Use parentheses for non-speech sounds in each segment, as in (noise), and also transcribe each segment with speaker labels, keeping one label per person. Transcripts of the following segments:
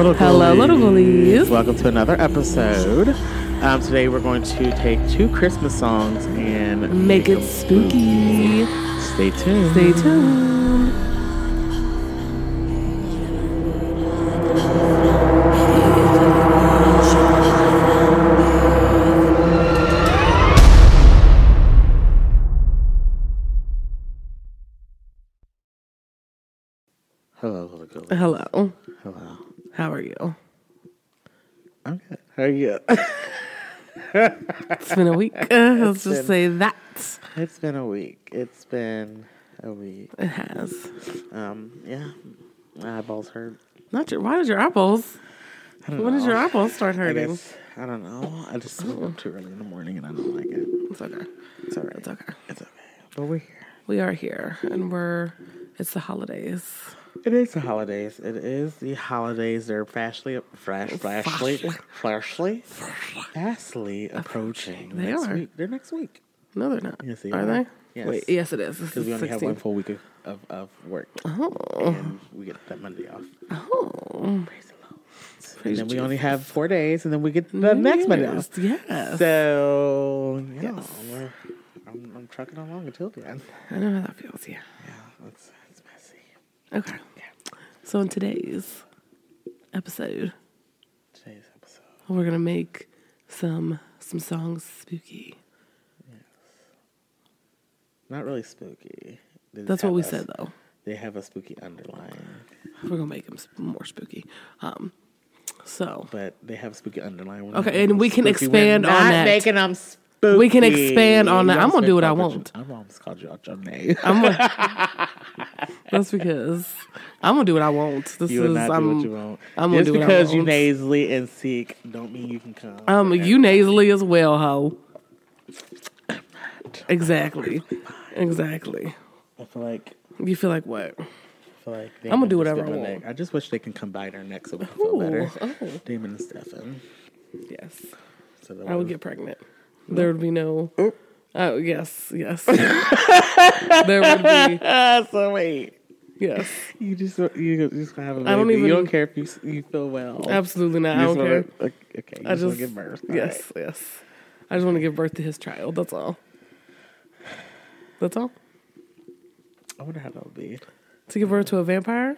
Speaker 1: Hello, Louise.
Speaker 2: Welcome to another episode. Um, today we're going to take two Christmas songs and
Speaker 1: Make it spooky.
Speaker 2: Stay tuned.
Speaker 1: Stay tuned.
Speaker 2: Hello, little girl.
Speaker 1: Hello.
Speaker 2: Hello.
Speaker 1: How are you?
Speaker 2: I'm good. How are you? (laughs)
Speaker 1: It's been a week. (laughs) Uh, Let's just say that
Speaker 2: it's been a week. It's been a week.
Speaker 1: it has.
Speaker 2: Um, yeah. My eyeballs hurt.
Speaker 1: Not your. Why did your eyeballs?
Speaker 2: I don't
Speaker 1: When
Speaker 2: know.
Speaker 1: did your eyeballs start
Speaker 2: I
Speaker 1: hurting?
Speaker 2: guess I don't know. I just woke up too early in the morning and I don't like it.
Speaker 1: It's okay.
Speaker 2: It's alright.
Speaker 1: It's okay.
Speaker 2: It's okay. But we're here.
Speaker 1: We are here, and we're. It's the holidays.
Speaker 2: It is the holidays. It is the holidays. They're fashly, fresh, flashly, flashly, fastly approaching.
Speaker 1: They
Speaker 2: next
Speaker 1: are.
Speaker 2: Week. They're next week
Speaker 1: No, they're not.
Speaker 2: Yes, they
Speaker 1: are
Speaker 2: are.
Speaker 1: they?
Speaker 2: Yes.
Speaker 1: Wait. Yes, it is. This
Speaker 2: because
Speaker 1: is
Speaker 2: we only have
Speaker 1: 16.
Speaker 2: one full week of, of, of work,
Speaker 1: Oh.
Speaker 2: and we get that Monday off.
Speaker 1: Oh.
Speaker 2: Praise the Lord.
Speaker 1: Praise
Speaker 2: and then we
Speaker 1: Jesus.
Speaker 2: only have four days, and then we get the next Monday off.
Speaker 1: Yes.
Speaker 2: So yeah,
Speaker 1: Yes.
Speaker 2: we're, I'm, I'm trucking along until then.
Speaker 1: I know how that feels. Yeah.
Speaker 2: Yeah, it's, it's messy.
Speaker 1: Okay.
Speaker 2: Yeah.
Speaker 1: So in today's episode,
Speaker 2: Today's episode.
Speaker 1: we're gonna make some some songs spooky.
Speaker 2: Not really spooky. They just
Speaker 1: That's what
Speaker 2: have
Speaker 1: we
Speaker 2: a-
Speaker 1: said though.
Speaker 2: They have a spooky underline.
Speaker 1: We're gonna make them more spooky. Um, so
Speaker 2: but they have spooky underline. We're
Speaker 1: Okay,
Speaker 2: not
Speaker 1: and we can
Speaker 2: spooky.
Speaker 1: expand
Speaker 2: We're
Speaker 1: on
Speaker 2: not
Speaker 1: that.
Speaker 2: Making them spooky.
Speaker 1: We can expand on that.
Speaker 2: You
Speaker 1: I'm gonna do what I
Speaker 2: almost
Speaker 1: want.
Speaker 2: called you- I almost called you out your name.
Speaker 1: I'm gonna, that's because I'm gonna do what I want.
Speaker 2: (laughs)
Speaker 1: This
Speaker 2: You
Speaker 1: is
Speaker 2: will not
Speaker 1: I'm,
Speaker 2: do what you want.
Speaker 1: I'm gonna
Speaker 2: Just
Speaker 1: do what I
Speaker 2: because you
Speaker 1: want.
Speaker 2: nasally and sick don't mean you can come.
Speaker 1: Um, you nasally as well, ho. Exactly, exactly.
Speaker 2: I feel like.
Speaker 1: You feel like what?
Speaker 2: I feel like
Speaker 1: I'ma
Speaker 2: Damon
Speaker 1: do
Speaker 2: and
Speaker 1: whatever I
Speaker 2: Stefan
Speaker 1: want.
Speaker 2: Nick- I just wish they can combine our necks so we can feel
Speaker 1: Ooh,
Speaker 2: better.
Speaker 1: oh.
Speaker 2: Damon and Stefan.
Speaker 1: Yes,
Speaker 2: So that
Speaker 1: I would
Speaker 2: way-
Speaker 1: get pregnant. There would be no. Oh yes, yes. (laughs) there would be
Speaker 2: Ah, so wait.
Speaker 1: yes.
Speaker 2: You just you just gonna have a baby.
Speaker 1: I don't even-
Speaker 2: you don't care if you s- you feel well.
Speaker 1: Absolutely not.
Speaker 2: Oh. You
Speaker 1: I
Speaker 2: just
Speaker 1: don't care.
Speaker 2: Wanna, okay, you
Speaker 1: I
Speaker 2: just, want
Speaker 1: just
Speaker 2: to give birth. All
Speaker 1: Yes,
Speaker 2: right.
Speaker 1: yes. I just want to give birth to his child. That's all. That's all.
Speaker 2: I wonder how that would be.
Speaker 1: To give birth to a vampire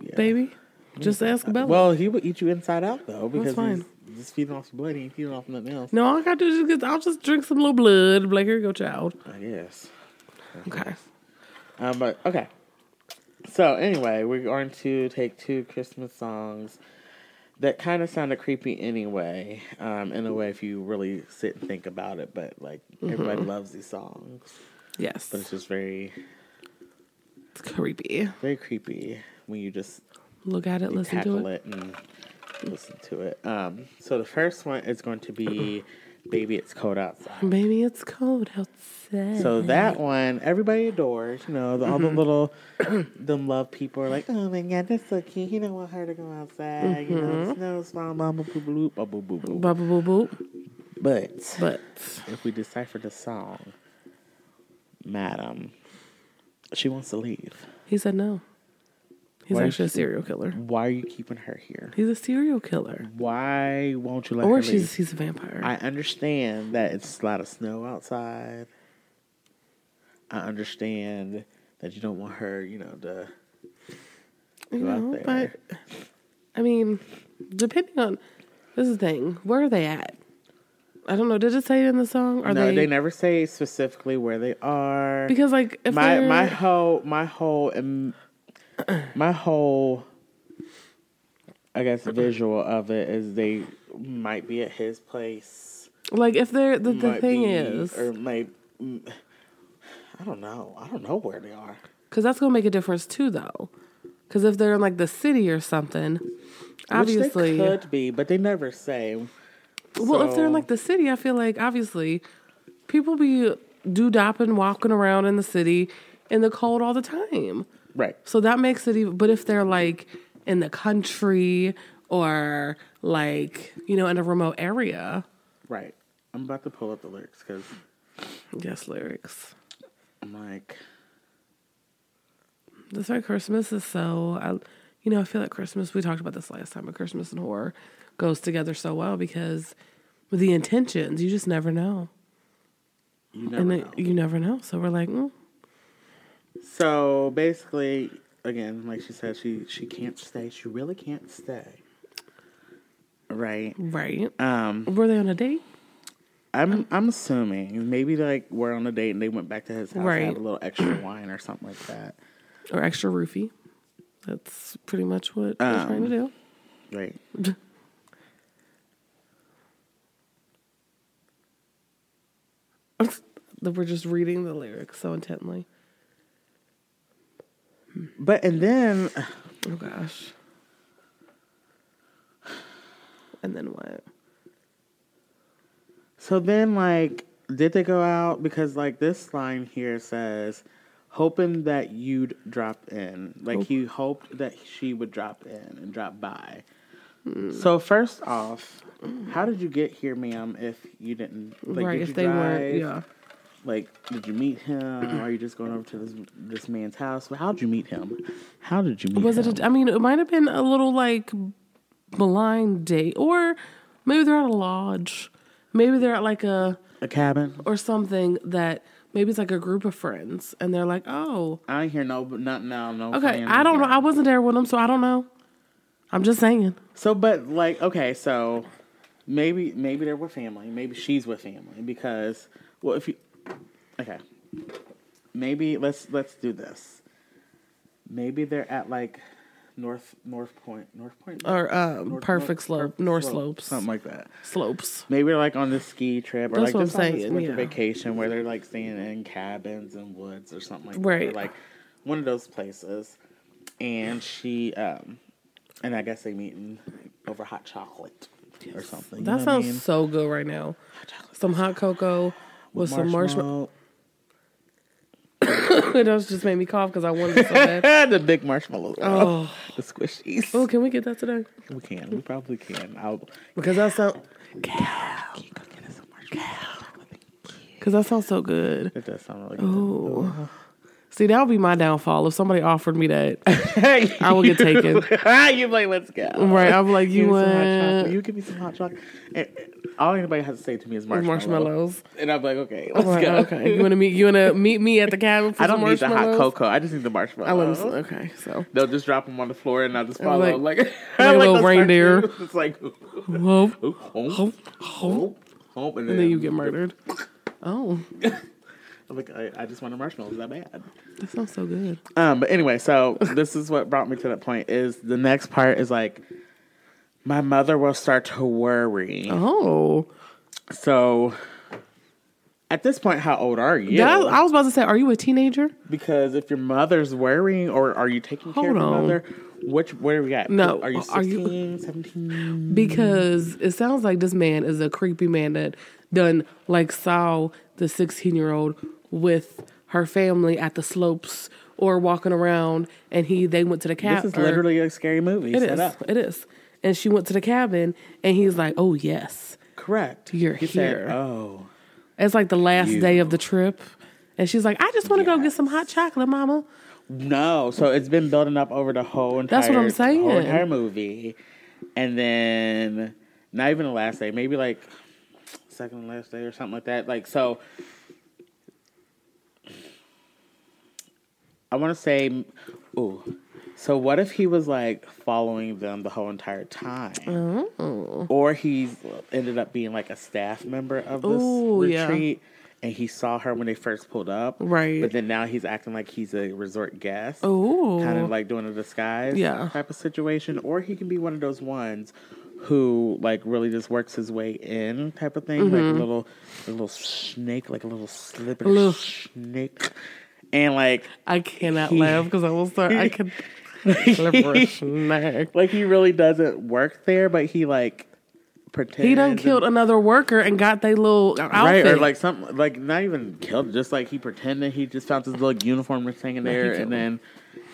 Speaker 2: Yeah.
Speaker 1: baby, just ask Bella.
Speaker 2: Well, he would eat you inside out though because
Speaker 1: fine.
Speaker 2: he's just feeding off some blood. He ain't feeding off nothing else.
Speaker 1: no, all I gotta do is just get. I'll just drink some little blood. Be Like here you go, child.
Speaker 2: I guess.
Speaker 1: Okay.
Speaker 2: Um, but okay. So anyway, we're going to take two Christmas songs that kind of sounded creepy anyway. Um, in a way, if you really sit and think about it, but like
Speaker 1: Mm-hmm.
Speaker 2: everybody loves these songs,
Speaker 1: Yes.
Speaker 2: but it's just very,
Speaker 1: It's creepy.
Speaker 2: very creepy when you just
Speaker 1: Look at it. Listen to
Speaker 2: tackle
Speaker 1: it.
Speaker 2: it. and listen to it. Um, so the first one is going to be "Baby It's Cold Outside."
Speaker 1: Baby, it's cold outside.
Speaker 2: So that one, everybody adores. You know, the, all
Speaker 1: Mm-hmm.
Speaker 2: the little, (coughs) them love people are like, oh my god, that's so cute. He don't want her to go outside. You
Speaker 1: Mm-hmm.
Speaker 2: know, snow, small, mama, boop, boop, boop, boop, boop, boop.
Speaker 1: Blah, blah, blah, blah.
Speaker 2: But
Speaker 1: But
Speaker 2: if we decipher the song, madam, she wants to leave.
Speaker 1: he said no. He's
Speaker 2: Why is
Speaker 1: actually a
Speaker 2: she-
Speaker 1: serial killer.
Speaker 2: Why are you keeping her here?
Speaker 1: He's a serial killer.
Speaker 2: Why won't you let
Speaker 1: Or
Speaker 2: her
Speaker 1: she's
Speaker 2: leave?
Speaker 1: he's a vampire.
Speaker 2: I understand that it's a lot of snow outside. I understand that you don't want her, you know, to
Speaker 1: You
Speaker 2: go out
Speaker 1: know,
Speaker 2: there.
Speaker 1: but I mean, depending on this is the thing. Where are they at? I don't know. Did it say it in the song? Are
Speaker 2: no,
Speaker 1: they,
Speaker 2: they, never say specifically where they are.
Speaker 1: because like if
Speaker 2: my
Speaker 1: they're,
Speaker 2: my whole my whole um, my whole I guess visual of it is they might be at his place.
Speaker 1: like if they're the, the
Speaker 2: might
Speaker 1: thing
Speaker 2: be-
Speaker 1: is
Speaker 2: or may mm, I don't know. I don't know where they are.
Speaker 1: because that's gonna make a difference too though. Because if they're in like the city or something, obviously.
Speaker 2: Which they could be, but they never say.
Speaker 1: well, if they're in
Speaker 2: so-
Speaker 1: like the city, I feel like obviously people be do dopping walking around in the city in the cold all the time.
Speaker 2: right.
Speaker 1: So that makes it even. But if they're like in the country or like you know in a remote area,
Speaker 2: Right. I'm about to pull up the lyrics because
Speaker 1: yes, lyrics.
Speaker 2: I'm like,
Speaker 1: That's why Christmas is so. I, you know, I feel like Christmas, we talked about this last time, but Christmas and horror goes together so well because with the intentions, you just never know.
Speaker 2: You never
Speaker 1: And
Speaker 2: know.
Speaker 1: it, you never know. So we're like, mm,
Speaker 2: So basically, again, like she said, she she can't stay. She really can't stay. Right.
Speaker 1: right.
Speaker 2: Um,
Speaker 1: Were they on a date?
Speaker 2: I'm I'm assuming maybe like we're on a date and they went back to his house and
Speaker 1: Right.
Speaker 2: had a little extra wine or something like that.
Speaker 1: Or extra roofie? That's pretty much what we're trying to
Speaker 2: Um.
Speaker 1: do.
Speaker 2: Right.
Speaker 1: That we're just reading the lyrics so intently.
Speaker 2: But and then
Speaker 1: Oh gosh. And then what?
Speaker 2: so then like did they go out because like this line here says hoping that you'd drop in. Like he hoped that she would drop in and drop by.
Speaker 1: Hmm.
Speaker 2: So first off, how did you get here, ma'am, if you didn't like
Speaker 1: right,
Speaker 2: did
Speaker 1: if
Speaker 2: you
Speaker 1: they
Speaker 2: drive?
Speaker 1: weren't, yeah.
Speaker 2: like did you meet
Speaker 1: (clears throat)
Speaker 2: him are you just going over to this this man's house Well, how'd you meet him how did you meet
Speaker 1: Was
Speaker 2: him
Speaker 1: it? A, I mean, it might have been a little like blind date, or maybe they're at a lodge. Maybe they're at like a
Speaker 2: a cabin
Speaker 1: or something that maybe it's like a group of friends, and they're like, "Oh,
Speaker 2: i ain't hear no but not now no
Speaker 1: okay."
Speaker 2: plan
Speaker 1: I don't know.
Speaker 2: here.
Speaker 1: I wasn't there with them, so I don't know. I'm just saying.
Speaker 2: so but like okay so maybe maybe they're with family maybe she's with family because well if you okay maybe let's let's do this maybe they're at like north north point north point
Speaker 1: Or um,
Speaker 2: North-
Speaker 1: perfect
Speaker 2: North-
Speaker 1: slope, north
Speaker 2: North
Speaker 1: slopes,
Speaker 2: something like that
Speaker 1: slopes.
Speaker 2: Maybe they're like on this ski trip or like
Speaker 1: That's what
Speaker 2: just
Speaker 1: I'm
Speaker 2: on this
Speaker 1: saying,
Speaker 2: winter
Speaker 1: yeah.
Speaker 2: vacation where they're like staying in cabins and woods or something like that. Or
Speaker 1: Right.
Speaker 2: like one of those places. And she um and I guess they meeting over hot chocolate or something. You know
Speaker 1: That
Speaker 2: what I
Speaker 1: sounds
Speaker 2: mean?
Speaker 1: so good right now.
Speaker 2: Hot chocolate
Speaker 1: Some hot cocoa with some marshmallow. (laughs) it does just made me cough because I wanted it so (laughs)
Speaker 2: (laughs)
Speaker 1: bad.
Speaker 2: the big marshmallows. Oh.
Speaker 1: Oh.
Speaker 2: The squishies.
Speaker 1: Oh, can we get that today?
Speaker 2: We can. We probably can. I'll
Speaker 1: Because that sound
Speaker 2: can you go get us some marshmallows.
Speaker 1: because that sounds so good.
Speaker 2: It does sound really
Speaker 1: Oh.
Speaker 2: good.
Speaker 1: Ooh. See, that would be my downfall if somebody offered me (laughs) that.
Speaker 2: Hey,
Speaker 1: I will get taken.
Speaker 2: (laughs) you like, let's go.
Speaker 1: right? I'm like, you
Speaker 2: Give me some hot chocolate.
Speaker 1: want
Speaker 2: You give me some hot chocolate. And all anybody has to say to me is marshmallow.
Speaker 1: marshmallows?
Speaker 2: And I'm like, okay, let's
Speaker 1: Right,
Speaker 2: go. (laughs)
Speaker 1: okay. You want to meet? You want to meet me at the cabin for
Speaker 2: I don't
Speaker 1: some
Speaker 2: need the hot
Speaker 1: marshmallows?
Speaker 2: cocoa. I just need the marshmallow.
Speaker 1: I want. Some, okay, so
Speaker 2: They'll just drop them on the floor and I'll just follow.
Speaker 1: like-
Speaker 2: Like, (laughs) like,
Speaker 1: a little
Speaker 2: those
Speaker 1: reindeer.
Speaker 2: cartoons. It's like, hoop,
Speaker 1: whoa,
Speaker 2: hoop, hoop, hoop, and then,
Speaker 1: and (laughs) then you get murdered. Oh,
Speaker 2: I'm like, I, I just want a marshmallow. Is that bad?
Speaker 1: that sounds so good.
Speaker 2: Um, but anyway,
Speaker 1: (laughs)
Speaker 2: so this is what brought me to that point. Is the next part is like, my mother will start to worry.
Speaker 1: Oh,
Speaker 2: So, at this point, how old are you?
Speaker 1: that, I was about to say, are you a teenager?
Speaker 2: Because if your mother's worrying or are you taking care of
Speaker 1: Hold
Speaker 2: your
Speaker 1: on.
Speaker 2: mother, which where are we at?
Speaker 1: No,
Speaker 2: Are you
Speaker 1: are you-
Speaker 2: 16, 17?
Speaker 1: Because it sounds like this man is a creepy man that done like saw the 16 year old with her family at the slopes or walking around and he they went to the cabin.
Speaker 2: This is literally a scary movie.
Speaker 1: it
Speaker 2: Set
Speaker 1: is.
Speaker 2: up.
Speaker 1: It is. And she went to the cabin and he's like, "Oh yes."
Speaker 2: Correct.
Speaker 1: You're
Speaker 2: He
Speaker 1: here.
Speaker 2: Said, oh.
Speaker 1: It's like the last
Speaker 2: You.
Speaker 1: day of the trip and she's like, "I just want to go get some hot chocolate, mama."
Speaker 2: No. So it's been building up over the whole entire
Speaker 1: That's what I'm saying.
Speaker 2: whole entire movie. And then not even the last day, maybe like second to last day or something like that. Like so I want to say ooh. So what if he was like following them the whole entire time?
Speaker 1: Oh.
Speaker 2: Or he's ended up being like a staff member of this
Speaker 1: Ooh, yeah.
Speaker 2: retreat. And he saw her when they first pulled up,
Speaker 1: Right.
Speaker 2: But then now he's acting like he's a resort guest,
Speaker 1: Ooh.
Speaker 2: kind of like doing a disguise
Speaker 1: Yeah.
Speaker 2: type of situation, or he can be one of those ones who like really just works his way in type of thing, like a little, a little snake, like a little slippery
Speaker 1: Mm-hmm. Little-
Speaker 2: snake, and like, (laughs)
Speaker 1: I cannot laugh cuz I will start I can Slippery snake.
Speaker 2: like he really doesn't work there, but he like pretends
Speaker 1: He done
Speaker 2: and-
Speaker 1: killed another worker and got they little outfit.
Speaker 2: Right or like something like not even killed, just like he pretended he just found his little uniform was hanging
Speaker 1: he
Speaker 2: there,
Speaker 1: killed
Speaker 2: and then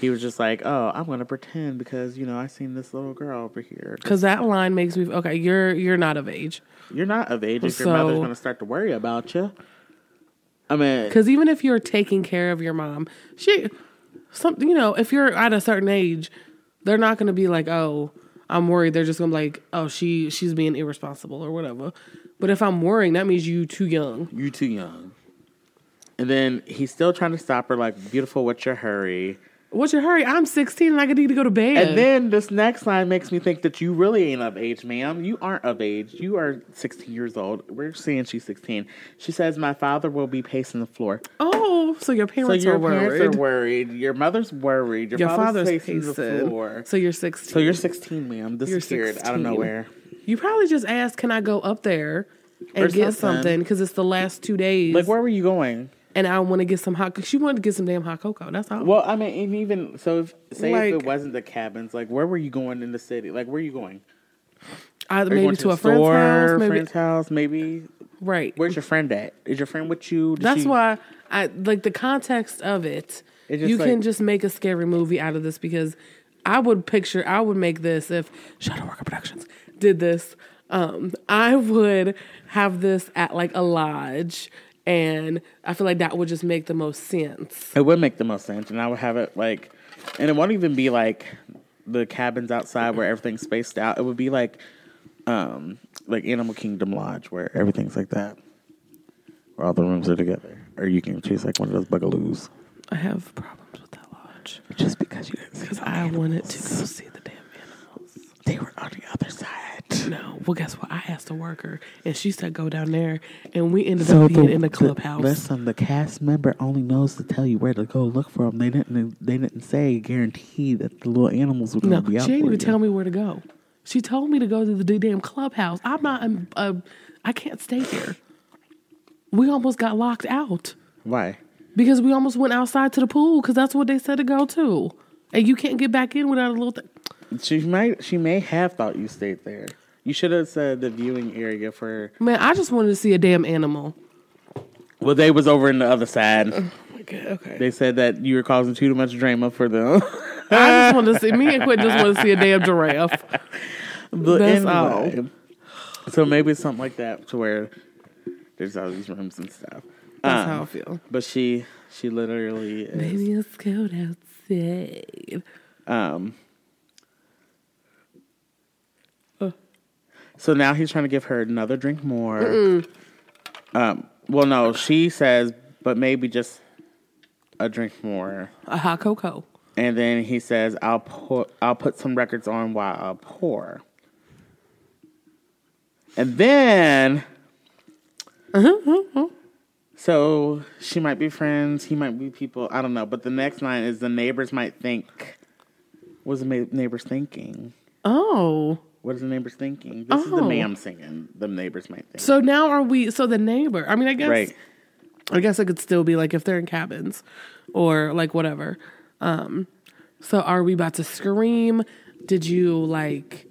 Speaker 2: he was just like, "Oh, I'm gonna pretend because you know I seen this little girl over here."
Speaker 1: Cause that line makes me okay. You're you're not of age.
Speaker 2: You're not of age if
Speaker 1: So-
Speaker 2: your mother's gonna start to worry about you. I mean,
Speaker 1: Cause even if you're taking care of your mom, she, some you know, if you're at a certain age, They're not gonna be like, oh, I'm worried. They're just gonna be like, oh, she she's being irresponsible or whatever. But if I'm worrying, that means you too young.
Speaker 2: You too young. And then he's still trying to stop her, like, beautiful, what's your hurry?
Speaker 1: What's your hurry? I'm 16 and I need to go to bed.
Speaker 2: And then this next line makes me think that you really ain't of age, ma'am. You aren't of age. You are 16 years old. We're seeing she's 16. She says, My father will be pacing the floor.
Speaker 1: oh, so your
Speaker 2: So
Speaker 1: parents,
Speaker 2: your
Speaker 1: are,
Speaker 2: parents
Speaker 1: worried.
Speaker 2: are worried. Your mother's worried. Your,
Speaker 1: Your
Speaker 2: father's,
Speaker 1: father's
Speaker 2: pacing the
Speaker 1: pacing.
Speaker 2: floor.
Speaker 1: So you're 16.
Speaker 2: So you're 16, ma'am. This
Speaker 1: You're
Speaker 2: is weird. out of
Speaker 1: 16.
Speaker 2: nowhere.
Speaker 1: You probably just asked, "Can I go up there and
Speaker 2: Or
Speaker 1: get
Speaker 2: something.
Speaker 1: something?" Because it's the last two days,
Speaker 2: Like, where were you going?
Speaker 1: and I want to get some hot. Cause she wanted to get some damn hot cocoa. That's all.
Speaker 2: Well, I mean, and even so, if, say if
Speaker 1: Like-
Speaker 2: it wasn't the cabins, like, where were you going in the city? Like, where are you going?
Speaker 1: I,
Speaker 2: Are you
Speaker 1: maybe
Speaker 2: going
Speaker 1: to, a friend's house. Maybe
Speaker 2: friend's house, maybe.
Speaker 1: right.
Speaker 2: Where's your friend at? Is your friend with you? Did
Speaker 1: That's
Speaker 2: she-
Speaker 1: why I like the context of it.
Speaker 2: It just
Speaker 1: you can
Speaker 2: like-
Speaker 1: just make a scary movie out of this because I would picture, I would make this if Shadow Worker Productions did this. Um, I would have this at like a lodge, and I feel like that would just make the most sense.
Speaker 2: It would make the most sense, and I would have it like, and it won't even be like the cabins outside where everything's spaced out. It would be like, um, like Animal Kingdom Lodge where everything's like that, where all the rooms are together, or you can choose like one of those bugaloos.
Speaker 1: I have problems with that lodge
Speaker 2: Just because you didn't see
Speaker 1: because I wanted to go see the damn animals.
Speaker 2: they were on the other side.
Speaker 1: No, well, guess what? I asked a worker, and she said go down there, and we ended
Speaker 2: So
Speaker 1: up being
Speaker 2: the-
Speaker 1: in the
Speaker 2: the-
Speaker 1: clubhouse.
Speaker 2: listen, the cast member only knows to tell you where to go look for them. They didn't. They didn't say guarantee that the little animals were going
Speaker 1: No,
Speaker 2: to be out.
Speaker 1: she didn't
Speaker 2: for
Speaker 1: even
Speaker 2: you.
Speaker 1: tell me where to go. She told me to go to the d- damn clubhouse. I'm not. I'm, uh, I can't stay here. We almost got locked out
Speaker 2: why.
Speaker 1: because we almost went outside to the pool because that's what they said to go to, and you can't get back in without a little thing.
Speaker 2: She might. She may have thought you stayed there. You should have said the viewing area for.
Speaker 1: Man, I just wanted to see a damn animal.
Speaker 2: Well, they was over in the other side.
Speaker 1: Okay, okay.
Speaker 2: They said that you were causing too much drama for them. (laughs)
Speaker 1: (laughs) I just wanted to see. Me and Quinn just wanted to see a damn giraffe.
Speaker 2: But
Speaker 1: That's
Speaker 2: anyway. So maybe it's something like that to where there's all these rooms and stuff. Um,
Speaker 1: That's how I feel.
Speaker 2: But she, she literally. Is,
Speaker 1: Maybe it's cold outside.
Speaker 2: Um. So now he's trying to give her another drink more. Um. Well, no, she says, but maybe just a drink more.
Speaker 1: A hot cocoa.
Speaker 2: And then he says, "I'll put I'll put some records on while I pour." And then,
Speaker 1: Mm-hmm,
Speaker 2: so she might be friends. He might be people. I don't know. But the next line is the neighbors might think. What's the ma- neighbors thinking?
Speaker 1: Oh.
Speaker 2: What is the neighbors thinking? This is the
Speaker 1: Oh.
Speaker 2: ma'am singing. The neighbors might think.
Speaker 1: So now are we? So the neighbor. I mean, I guess.
Speaker 2: right.
Speaker 1: I guess it could still be like if they're in cabins or like whatever. Um, so are we about to scream? Did you like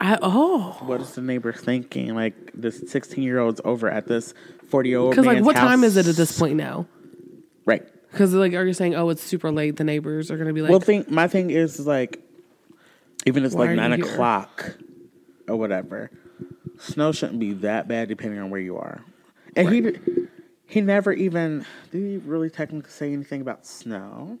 Speaker 1: I oh
Speaker 2: What is the neighbors thinking? Like this sixteen-year-old's over at this forty-year-old
Speaker 1: because
Speaker 2: man's
Speaker 1: like what time
Speaker 2: house.
Speaker 1: is it at this point now?
Speaker 2: Right.
Speaker 1: Because like are you saying oh it's super late? The neighbors are gonna be like
Speaker 2: Well, thing my thing is is like, even if it's
Speaker 1: Why
Speaker 2: like
Speaker 1: are you
Speaker 2: nine
Speaker 1: here?
Speaker 2: o'clock or whatever, snow shouldn't be that bad depending on where you are. And he he never even did he really technically say anything about snow.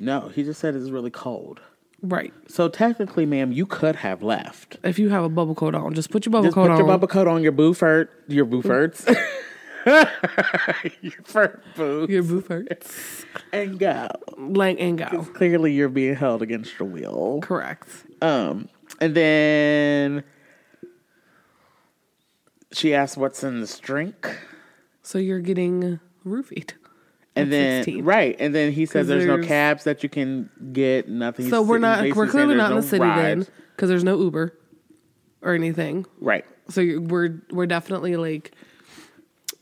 Speaker 2: No, he just said it's really cold.
Speaker 1: right.
Speaker 2: So technically, ma'am, you could have left.
Speaker 1: If you have a bubble coat on, just put your bubble
Speaker 2: Just
Speaker 1: coat
Speaker 2: put
Speaker 1: on.
Speaker 2: your bubble coat on your boofert, your
Speaker 1: (laughs)
Speaker 2: booferts, your fur boots,
Speaker 1: your booth hurts.
Speaker 2: and go.
Speaker 1: Like and go.
Speaker 2: Clearly, you're being held against your will.
Speaker 1: Correct.
Speaker 2: Um, and then she asks what's in this drink.
Speaker 1: So you're getting roofied.
Speaker 2: And
Speaker 1: At
Speaker 2: then
Speaker 1: 16.
Speaker 2: right, and then he says
Speaker 1: 'Cause
Speaker 2: there's, no
Speaker 1: there's-
Speaker 2: cabs that you can get, nothing.
Speaker 1: So we're
Speaker 2: He's
Speaker 1: not.
Speaker 2: basically
Speaker 1: We're clearly
Speaker 2: saying
Speaker 1: not in the
Speaker 2: there's
Speaker 1: city
Speaker 2: no
Speaker 1: then
Speaker 2: rides.
Speaker 1: because there's no Uber or anything.
Speaker 2: Right.
Speaker 1: So you're, we're we're definitely like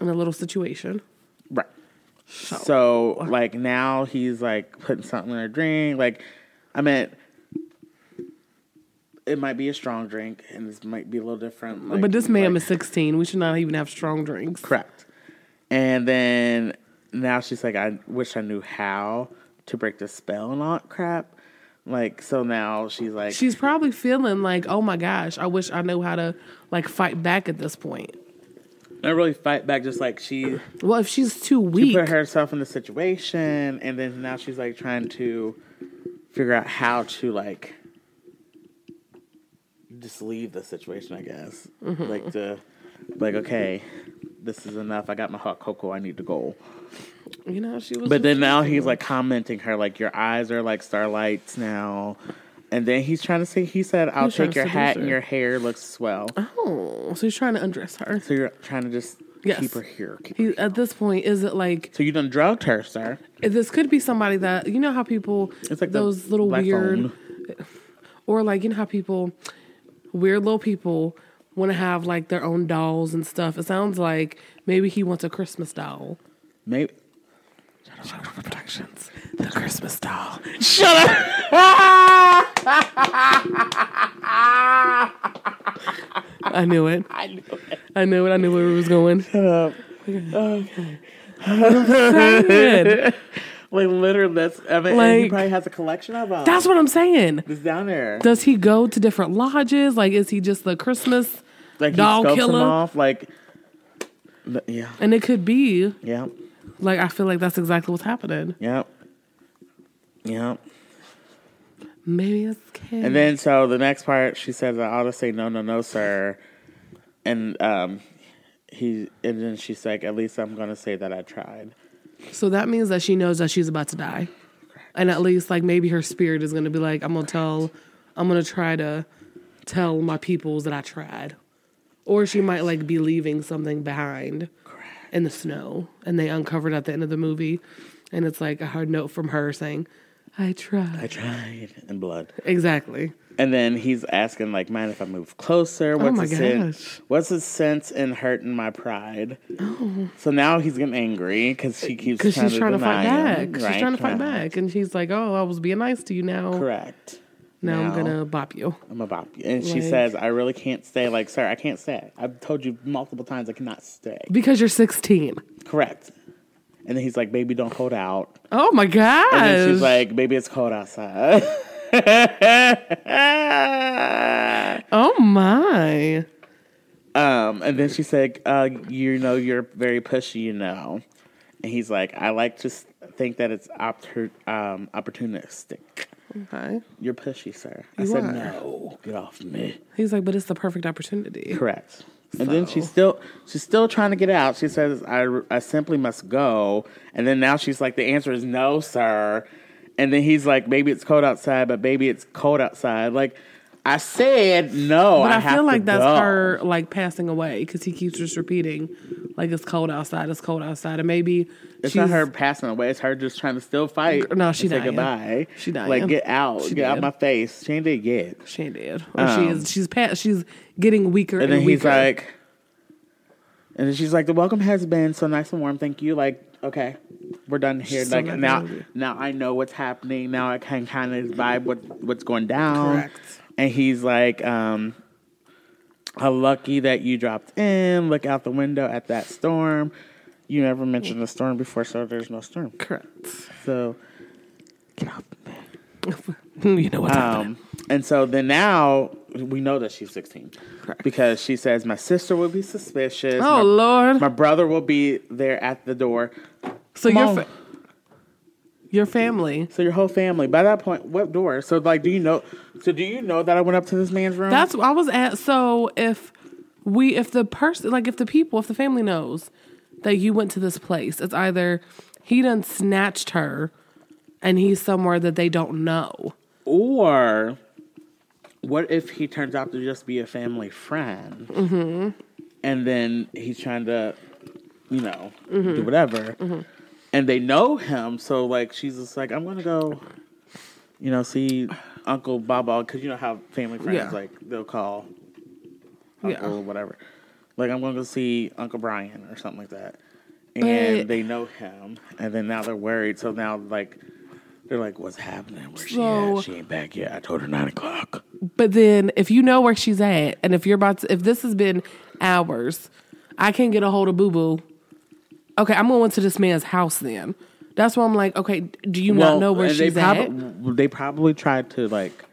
Speaker 1: in a little situation.
Speaker 2: Right.
Speaker 1: So,
Speaker 2: So like now he's like putting something in her drink. Like I mean it might be a strong drink and this might be a little different. like-
Speaker 1: but this ma'am
Speaker 2: like-
Speaker 1: is 16. We should not even have strong drinks.
Speaker 2: Correct. And then now she's like, I wish I knew how to break the spell and all that crap. Like, so now she's like,
Speaker 1: She's probably feeling like, oh my gosh, I wish I knew how to like fight back at this point.
Speaker 2: not really fight back, just like she
Speaker 1: Well, if she's too weak,
Speaker 2: put herself in the situation. And then now she's like trying to figure out how to like just leave the situation, I guess.
Speaker 1: Mm-hmm.
Speaker 2: Like to like okay, this is enough. I got my hot cocoa. I need to go.
Speaker 1: You know, she was.
Speaker 2: But
Speaker 1: just-
Speaker 2: then now he's like commenting her like your eyes are like starlights now. And then he's trying to say he said I'll
Speaker 1: He's trying
Speaker 2: take
Speaker 1: to
Speaker 2: your hat
Speaker 1: seduce
Speaker 2: and
Speaker 1: her.
Speaker 2: your hair looks swell.
Speaker 1: oh, so he's trying to undress her.
Speaker 2: So you're trying to just
Speaker 1: Yes.
Speaker 2: keep her here. Keep her
Speaker 1: He, at this point, is it like
Speaker 2: So you done drugged her, sir.
Speaker 1: this could be somebody that you know how people
Speaker 2: It's like the
Speaker 1: those little
Speaker 2: black
Speaker 1: weird
Speaker 2: phone.
Speaker 1: or like you know how people weird little people want to have like their own dolls and stuff. It sounds like maybe he wants a Christmas doll.
Speaker 2: Maybe
Speaker 1: Shadow Productions, the Christmas doll.
Speaker 2: Shut up.
Speaker 1: (laughs) I knew
Speaker 2: (laughs)
Speaker 1: it. I knew it. I knew it. I knew where it was going. Good.
Speaker 2: Like literally that's I mean and he
Speaker 1: Like-
Speaker 2: probably has a collection of them.
Speaker 1: (laughs) That's what I'm saying.
Speaker 2: it's down there.
Speaker 1: Does he go to different lodges? Like, is he just the Christmas?
Speaker 2: Like he
Speaker 1: Dog
Speaker 2: scopes them
Speaker 1: killer.
Speaker 2: off like but- yeah.
Speaker 1: And it could be
Speaker 2: Yeah.
Speaker 1: like I feel like that's exactly what's happening.
Speaker 2: Yeah. Yeah.
Speaker 1: Maybe it's Kay.
Speaker 2: And then so the next part, she says, "I ought to say no, no, no, sir," and um, he and then she's like, "At least I'm gonna say that I tried."
Speaker 1: so that means that she knows that she's about to die, and at least like maybe her spirit is gonna be like, I'm gonna tell, I'm gonna try to tell my peoples that I tried, or she might like be leaving something behind in the snow, and they uncovered at the end of the movie, and it's like a hard note from her saying, "I
Speaker 2: I
Speaker 1: tried."
Speaker 2: tried in blood,
Speaker 1: Exactly.
Speaker 2: and then he's asking, like, "Mind if I move closer? What's
Speaker 1: Oh my
Speaker 2: the sense?
Speaker 1: gosh.
Speaker 2: What's the sense in hurting my pride?" So now he's getting angry because she keeps
Speaker 1: Oh. Because
Speaker 2: trying
Speaker 1: she's
Speaker 2: to
Speaker 1: trying to
Speaker 2: deny
Speaker 1: fight
Speaker 2: him,
Speaker 1: back.
Speaker 2: right?
Speaker 1: She's trying to fight
Speaker 2: Trying
Speaker 1: back. And she's like, oh, I was being nice to you now.
Speaker 2: Correct.
Speaker 1: Now I'm
Speaker 2: No.
Speaker 1: going to bop you.
Speaker 2: I'm about you. And she
Speaker 1: Like-
Speaker 2: says, I really can't stay. Like, sir, I can't stay. I've told you multiple times I cannot stay.
Speaker 1: Because you're 16.
Speaker 2: Correct. And then he's like, baby, don't hold out.
Speaker 1: Oh my gosh.
Speaker 2: And then she's like, baby, it's cold outside. (laughs)
Speaker 1: oh my.
Speaker 2: um, and then she said, uh, you know, you're very pushy, you know. And he's like, I like to s- think that it's optur- um, opportunistic.
Speaker 1: Okay.
Speaker 2: You're pushy, sir. I
Speaker 1: You
Speaker 2: said,
Speaker 1: are.
Speaker 2: no, get off me.
Speaker 1: He's like, but it's the perfect opportunity.
Speaker 2: Correct. And then she's
Speaker 1: So-
Speaker 2: still she's still trying to get out. She says, I, "I simply must go." And then now she's like, "The answer is no, sir." And then he's like, "Baby, it's cold outside, but baby, it's cold outside." Like I said, no.
Speaker 1: But I,
Speaker 2: have
Speaker 1: feel
Speaker 2: to
Speaker 1: like that's
Speaker 2: go.
Speaker 1: her like passing away because he keeps just repeating, like it's cold outside, it's cold outside, and maybe
Speaker 2: It's
Speaker 1: she's
Speaker 2: not her passing away. It's her just trying to still fight.
Speaker 1: No,
Speaker 2: and
Speaker 1: she
Speaker 2: say
Speaker 1: dying.
Speaker 2: goodbye.
Speaker 1: She dying.
Speaker 2: Like get out,
Speaker 1: She
Speaker 2: get out
Speaker 1: dead.
Speaker 2: my face. She ain't dead yet.
Speaker 1: She did, or she is. She's past. She's getting weaker
Speaker 2: Um.
Speaker 1: and,
Speaker 2: And then he's
Speaker 1: weaker.
Speaker 2: like, and then she's like, the welcome has been so nice and warm. Thank you. Like, okay, we're done here.
Speaker 1: She's so
Speaker 2: like
Speaker 1: not
Speaker 2: now,
Speaker 1: gonna do it.
Speaker 2: now I know what's happening. Now I can kind of vibe what what's going down.
Speaker 1: Correct.
Speaker 2: And he's like, um, how lucky that you dropped in. Look out the window at that storm. You never mentioned the storm before, so there's no storm.
Speaker 1: correct.
Speaker 2: So,
Speaker 1: (laughs) you know what's happening.
Speaker 2: um, and so then now we know that she's 16
Speaker 1: Correct.
Speaker 2: because she says my sister will be suspicious.
Speaker 1: Oh
Speaker 2: my
Speaker 1: Lord!
Speaker 2: My brother will be there at the door.
Speaker 1: so
Speaker 2: Come
Speaker 1: your
Speaker 2: on.
Speaker 1: fa- your family.
Speaker 2: So your whole family. By that point, what door? So like, do you know? So do you know that I went up to this man's room?
Speaker 1: That's I was at. So if we, if the person, like if the people, if the family knows that you went to this place, it's either he done snatched her, and he's somewhere that they don't know.
Speaker 2: or what if he turns out to just be a family friend? Mm-hmm. And then he's trying to, you know, do
Speaker 1: Mm-hmm.
Speaker 2: whatever. And they know him, so like she's just like, I'm gonna go, you know, see Uncle Baba because you know how family friends
Speaker 1: Yeah.
Speaker 2: like they'll call
Speaker 1: Yeah.
Speaker 2: uncle or whatever. Like I'm gonna go see Uncle Brian or something like that.
Speaker 1: But-
Speaker 2: And they know him, and then now they're worried. So now like they're like, "What's happening? Where's she
Speaker 1: So-
Speaker 2: at? She ain't back yet. I told her nine o'clock."
Speaker 1: But then if you know where she's at, and if you're about to, if this has been hours, I can't get a hold of Boo Boo. Okay, I'm going to this man's house then. That's why I'm like, okay, do you not know where
Speaker 2: and
Speaker 1: she's
Speaker 2: they
Speaker 1: at?
Speaker 2: prob- They probably tried to like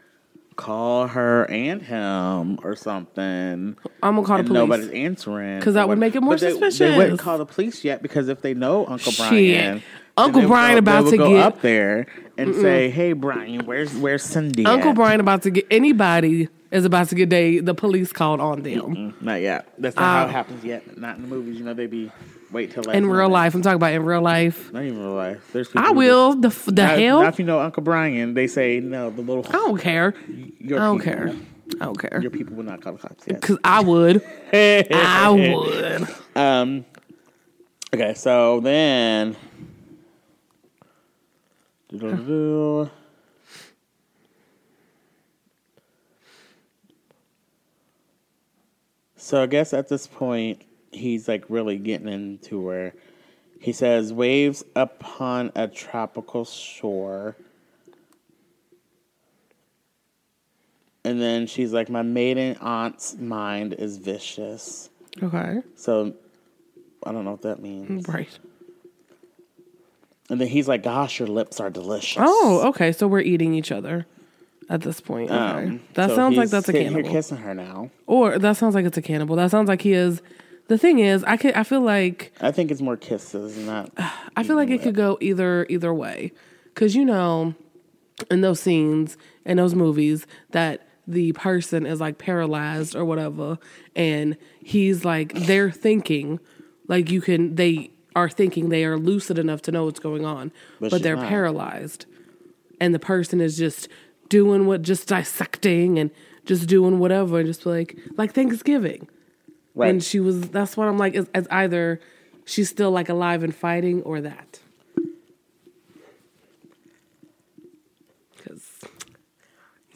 Speaker 2: call her and him or something.
Speaker 1: I'm gonna call the
Speaker 2: and
Speaker 1: police.
Speaker 2: nobody's answering
Speaker 1: 'Cause that
Speaker 2: or what-
Speaker 1: would make it more
Speaker 2: but they, They
Speaker 1: suspicious.
Speaker 2: wouldn't call the police yet because if they know Uncle
Speaker 1: Shit.
Speaker 2: Brian,
Speaker 1: Uncle
Speaker 2: They would
Speaker 1: Brian
Speaker 2: go-
Speaker 1: about
Speaker 2: they would
Speaker 1: to
Speaker 2: go
Speaker 1: get
Speaker 2: up there and say, "Hey, Brian, where's where's Cindy?"
Speaker 1: Uncle
Speaker 2: at?"
Speaker 1: Brian about to get anybody is about to get they, the police called on them.
Speaker 2: Not yet. That's not how it happens yet. Not in the movies. You know, they be wait till last
Speaker 1: Ah. In real
Speaker 2: minute.
Speaker 1: life, I'm talking about in real life.
Speaker 2: Not even real life. There's people
Speaker 1: I
Speaker 2: who
Speaker 1: will. The f- the
Speaker 2: just-
Speaker 1: hell.
Speaker 2: Now, if you know Uncle Brian, they say no. The little
Speaker 1: I don't care.
Speaker 2: your
Speaker 1: I don't
Speaker 2: people,
Speaker 1: care. I don't care.
Speaker 2: Your people will not call the cops yet. (laughs)
Speaker 1: Cause I would. I would.
Speaker 2: Um. Okay, so then. Doo-doo-doo. So I guess at this point he's like really getting into her. He says, "Waves upon a tropical shore." And then she's like, "My maiden aunt's mind is vicious."
Speaker 1: Okay.
Speaker 2: So I don't know what that means.
Speaker 1: Right.
Speaker 2: And then he's like, "Gosh, your lips are delicious."
Speaker 1: Oh, okay. So we're eating each other at this point. Okay.
Speaker 2: Um,
Speaker 1: that
Speaker 2: so
Speaker 1: sounds like
Speaker 2: he's
Speaker 1: that's a
Speaker 2: sitting
Speaker 1: cannibal.
Speaker 2: Here kissing her now.
Speaker 1: or that sounds like it's a cannibal. That sounds like he is. The thing is, I could. I feel like
Speaker 2: I think it's more kisses, not.
Speaker 1: (sighs) I feel like it could go either either way, because you know, in those scenes in those movies that the person is like paralyzed or whatever, and he's like they're thinking, like you can they are thinking they are lucid enough to know what's going on,
Speaker 2: But
Speaker 1: but,
Speaker 2: she's
Speaker 1: they're
Speaker 2: not.
Speaker 1: paralyzed, and the person is just doing what just dissecting and just doing whatever and just like like Thanksgiving
Speaker 2: right.
Speaker 1: and she was that's what i'm like is, is either she's still like alive and fighting or that because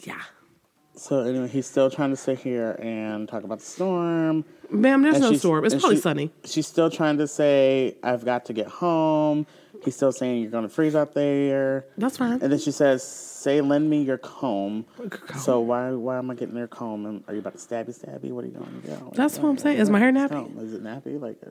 Speaker 1: yeah
Speaker 2: so anyway, he's still trying to sit here and talk about the storm.
Speaker 1: ma'am there's
Speaker 2: And
Speaker 1: no
Speaker 2: she's-
Speaker 1: storm it's
Speaker 2: and
Speaker 1: probably
Speaker 2: she-
Speaker 1: sunny
Speaker 2: She's still trying to say, "I've got to get home." He's still saying, "You're going to freeze out there."
Speaker 1: that's fine
Speaker 2: And then she says, "Say, lend me your comb."
Speaker 1: comb.
Speaker 2: So why why am I getting your comb? And are you about to stabby stabby? What are you going to do?
Speaker 1: That's what I'm saying. Is my hair nappy?
Speaker 2: Comb. Is it nappy? Like, uh,